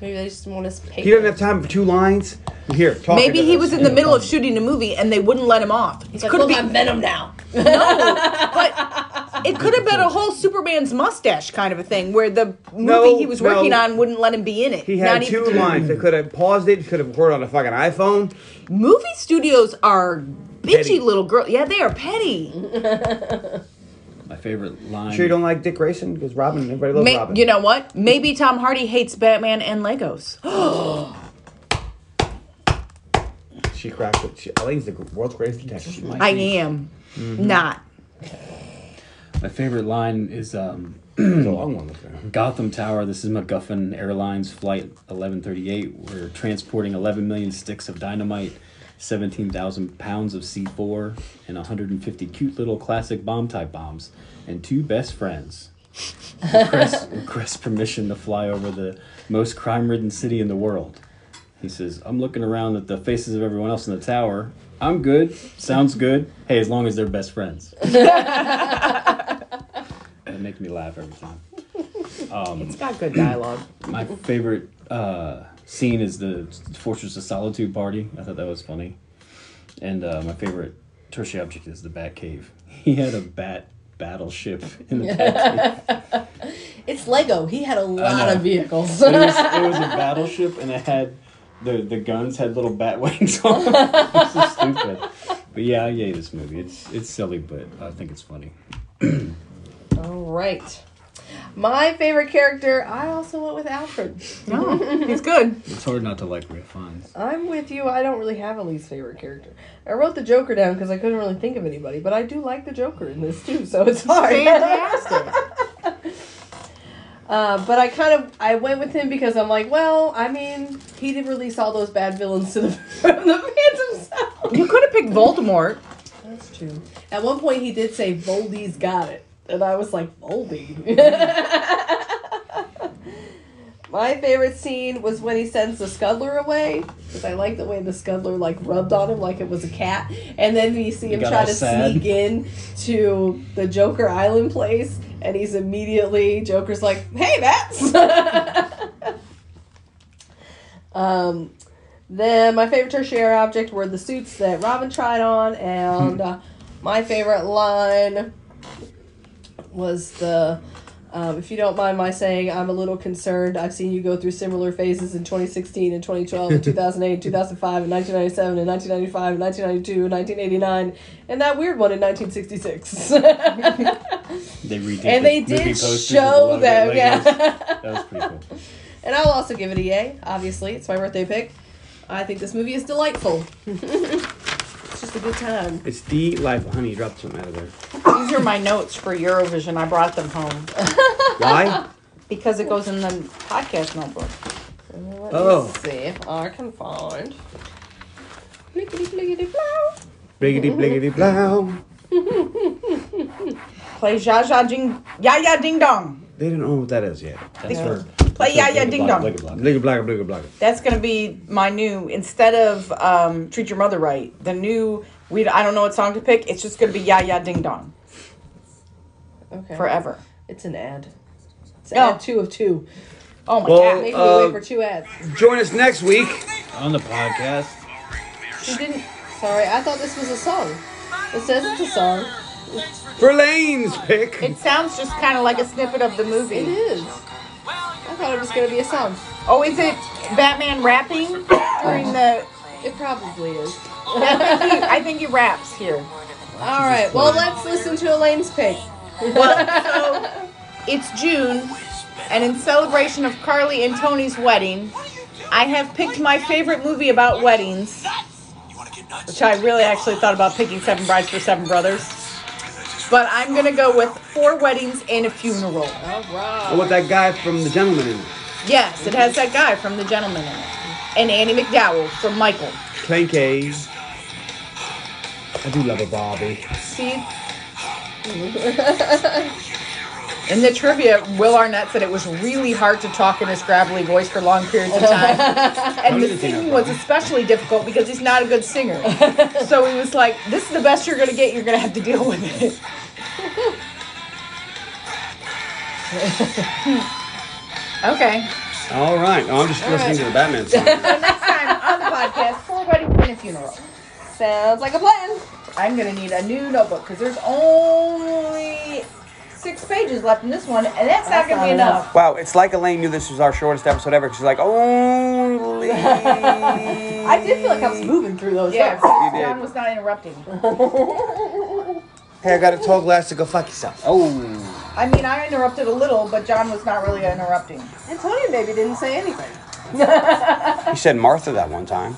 Speaker 3: Maybe they just want us to pay.
Speaker 2: He doesn't have time for two lines. Here, talk
Speaker 1: maybe
Speaker 2: into
Speaker 1: he
Speaker 2: this.
Speaker 1: was in the middle of shooting a movie and they wouldn't let him off
Speaker 3: He's
Speaker 1: it
Speaker 3: like,
Speaker 1: could
Speaker 3: look,
Speaker 1: be
Speaker 3: I'm Venom now.
Speaker 1: but it could have been a whole Superman's mustache kind of a thing where the movie
Speaker 2: No,
Speaker 1: he was working
Speaker 2: no.
Speaker 1: on wouldn't let him be in it
Speaker 2: He had
Speaker 1: Not
Speaker 2: two
Speaker 1: even-
Speaker 2: lines. They could have paused it. Could have recorded on a fucking iPhone.
Speaker 1: movie studios are bitchy
Speaker 2: Petty.
Speaker 1: little girl yeah they are petty
Speaker 4: My favorite line.
Speaker 2: Sure, you don't like Dick Grayson because Robin. Everybody loves
Speaker 1: Ma-
Speaker 2: Robin.
Speaker 1: you know what? Maybe Tom Hardy hates Batman and Legos.
Speaker 2: she cracks it. She, Elaine's the world's greatest detective. She might.
Speaker 1: I am
Speaker 2: Mm-hmm.
Speaker 1: not.
Speaker 4: My favorite line is um,
Speaker 2: It's a long one. this one.
Speaker 4: Gotham Tower. This is MacGuffin Airlines Flight 1138. We're transporting 11 million sticks of dynamite, 17,000 pounds of C4, and 150 cute little classic bomb type bombs, and two best friends. request, request permission to fly over the most crime ridden city in the world. He says, I'm looking around at the faces of everyone else in the tower. I'm good. Sounds good. Hey, as long as they're best friends. it makes me laugh every time.
Speaker 1: It's got good dialogue.
Speaker 4: My favorite uh, scene is the Fortress of Solitude party. I thought that was funny. And uh, my favorite tertiary object is the Bat Cave. He had a bat battleship in the Bat Cave.
Speaker 3: It's Lego. He had a lot
Speaker 4: know.
Speaker 3: of vehicles.
Speaker 4: It was, it was a battleship, and it had the the guns had little bat wings on them. It's so stupid. But yeah, I yay this movie. It's it's silly, but I think it's funny.
Speaker 3: All right. My favorite character, I also went with Alfred.
Speaker 1: No, it's good.
Speaker 4: It's hard not to like Ray Fiennes.
Speaker 3: I'm with you. I don't really have a least favorite character. I wrote the Joker down because I couldn't really think of anybody, but I do like the Joker in this too, so it's hard.
Speaker 1: Fantastic.
Speaker 3: Uh, but I kind of I went with him because I'm like, well, I mean, he did release all those bad villains to the from the Phantom Zone.
Speaker 1: You could have picked Voldemort.
Speaker 3: That's true. At one point, he did say Voldy's got it, and I was like, Voldy. My favorite scene was when he sends the scuttler away because I like the way the scuttler like rubbed on him like it was a cat, and then you see him
Speaker 4: got
Speaker 3: try
Speaker 4: all
Speaker 3: to
Speaker 4: sad.
Speaker 3: sneak in to the Joker Island place, and he's immediately Joker's like, "Hey, Matt." um, then my favorite tertiary object were the suits that Robin tried on, and uh, my favorite line was the. Um, if you don't mind my saying, I'm a little concerned. I've seen you go through similar phases in 2016 and 2012 and 2008 and 2005 and 1997 and 1995 and 1992 and 1989 and that weird one in 1966.
Speaker 4: They redid
Speaker 3: and
Speaker 4: the
Speaker 3: they
Speaker 4: movie
Speaker 3: did
Speaker 4: posters with a lot
Speaker 3: show
Speaker 4: of red
Speaker 3: them,
Speaker 4: Legos.
Speaker 3: yeah.
Speaker 4: That was pretty cool.
Speaker 3: And I'll also give it a yay. Obviously, it's my birthday pick. I think this movie is delightful. it's just a good time.
Speaker 2: It's the life. Honey, you dropped something out of there.
Speaker 7: These are my notes for Eurovision. I brought them home
Speaker 2: Why?
Speaker 7: because it goes in the podcast notebook.
Speaker 3: Let
Speaker 2: Oh.
Speaker 3: me see if I can find. Blickety blickety blow.
Speaker 2: Biggity bliggity blow.
Speaker 7: Play Zha Zha Jing Ya Ya Ding Dong.
Speaker 2: They don't know what that is yet.
Speaker 4: That's for
Speaker 7: Play Ya Ya Ding Dong.
Speaker 4: Lego block.
Speaker 2: Bligga blagga bligga blagga.
Speaker 7: That's gonna be my new instead of um, treat your mother right. The new we I don't know what song to pick. It's just gonna be Ya Ya Ding Dong
Speaker 3: Okay.
Speaker 7: forever.
Speaker 3: It's an ad. It's
Speaker 7: Oh.
Speaker 3: ad two of two.
Speaker 7: Oh my
Speaker 2: Well-
Speaker 7: god!
Speaker 3: Maybe
Speaker 2: Uh,
Speaker 3: we wait for two ads.
Speaker 2: Join us next week.
Speaker 4: On the podcast.
Speaker 3: She didn't. Sorry, I thought this was a song. It says it's a song.
Speaker 2: for Lane's pick.
Speaker 7: It sounds just kind of like a snippet of the
Speaker 3: It
Speaker 7: movie.
Speaker 3: is. I thought it was gonna be a song.
Speaker 7: Oh, is it Batman rapping during the?
Speaker 3: It probably is.
Speaker 7: I think he, I think he raps here.
Speaker 3: All right. Well, let's listen to Elaine's pick.
Speaker 7: It's June, and in celebration of Carly and Tony's wedding, I have picked my favorite movie about weddings, which I really actually thought about picking Seven Brides for Seven Brothers. But I'm gonna go with Four Weddings and a Funeral.
Speaker 3: All
Speaker 2: I
Speaker 3: right.
Speaker 2: want that guy from The Gentleman in it.
Speaker 7: Yes, it has that guy from The Gentleman in it, and Annie McDowell from Michael.
Speaker 2: Clank A's. I do love a Barbie.
Speaker 1: See? In the trivia, Will Arnett said it was really hard to talk in his gravelly voice for long periods of time. And the
Speaker 2: didn't think
Speaker 1: singing
Speaker 2: that
Speaker 1: was
Speaker 2: problem.
Speaker 1: especially difficult because he's not a good singer. so he was like, this is the best you're going to get. You're going to have to deal with it. okay.
Speaker 2: All right. Oh, I'm just listening to the Batman song.
Speaker 1: Next time on the podcast, for wedding and a funeral.
Speaker 3: Sounds like a plan.
Speaker 1: I'm gonna need a new notebook because there's only six pages left in this one, and that's, not gonna be enough.
Speaker 2: wow, it's like Elaine knew this was our shortest episode ever. 'cause She's like, only.
Speaker 3: I did feel like I was moving through those.
Speaker 1: Yeah,
Speaker 3: notes.
Speaker 2: You did.
Speaker 1: John was not interrupting.
Speaker 2: hey, I got a tall glass to go fuck yourself. Oh.
Speaker 1: I mean, I interrupted a little, but John was not really interrupting.
Speaker 3: Antonio maybe didn't say anything.
Speaker 2: He said Martha that one time.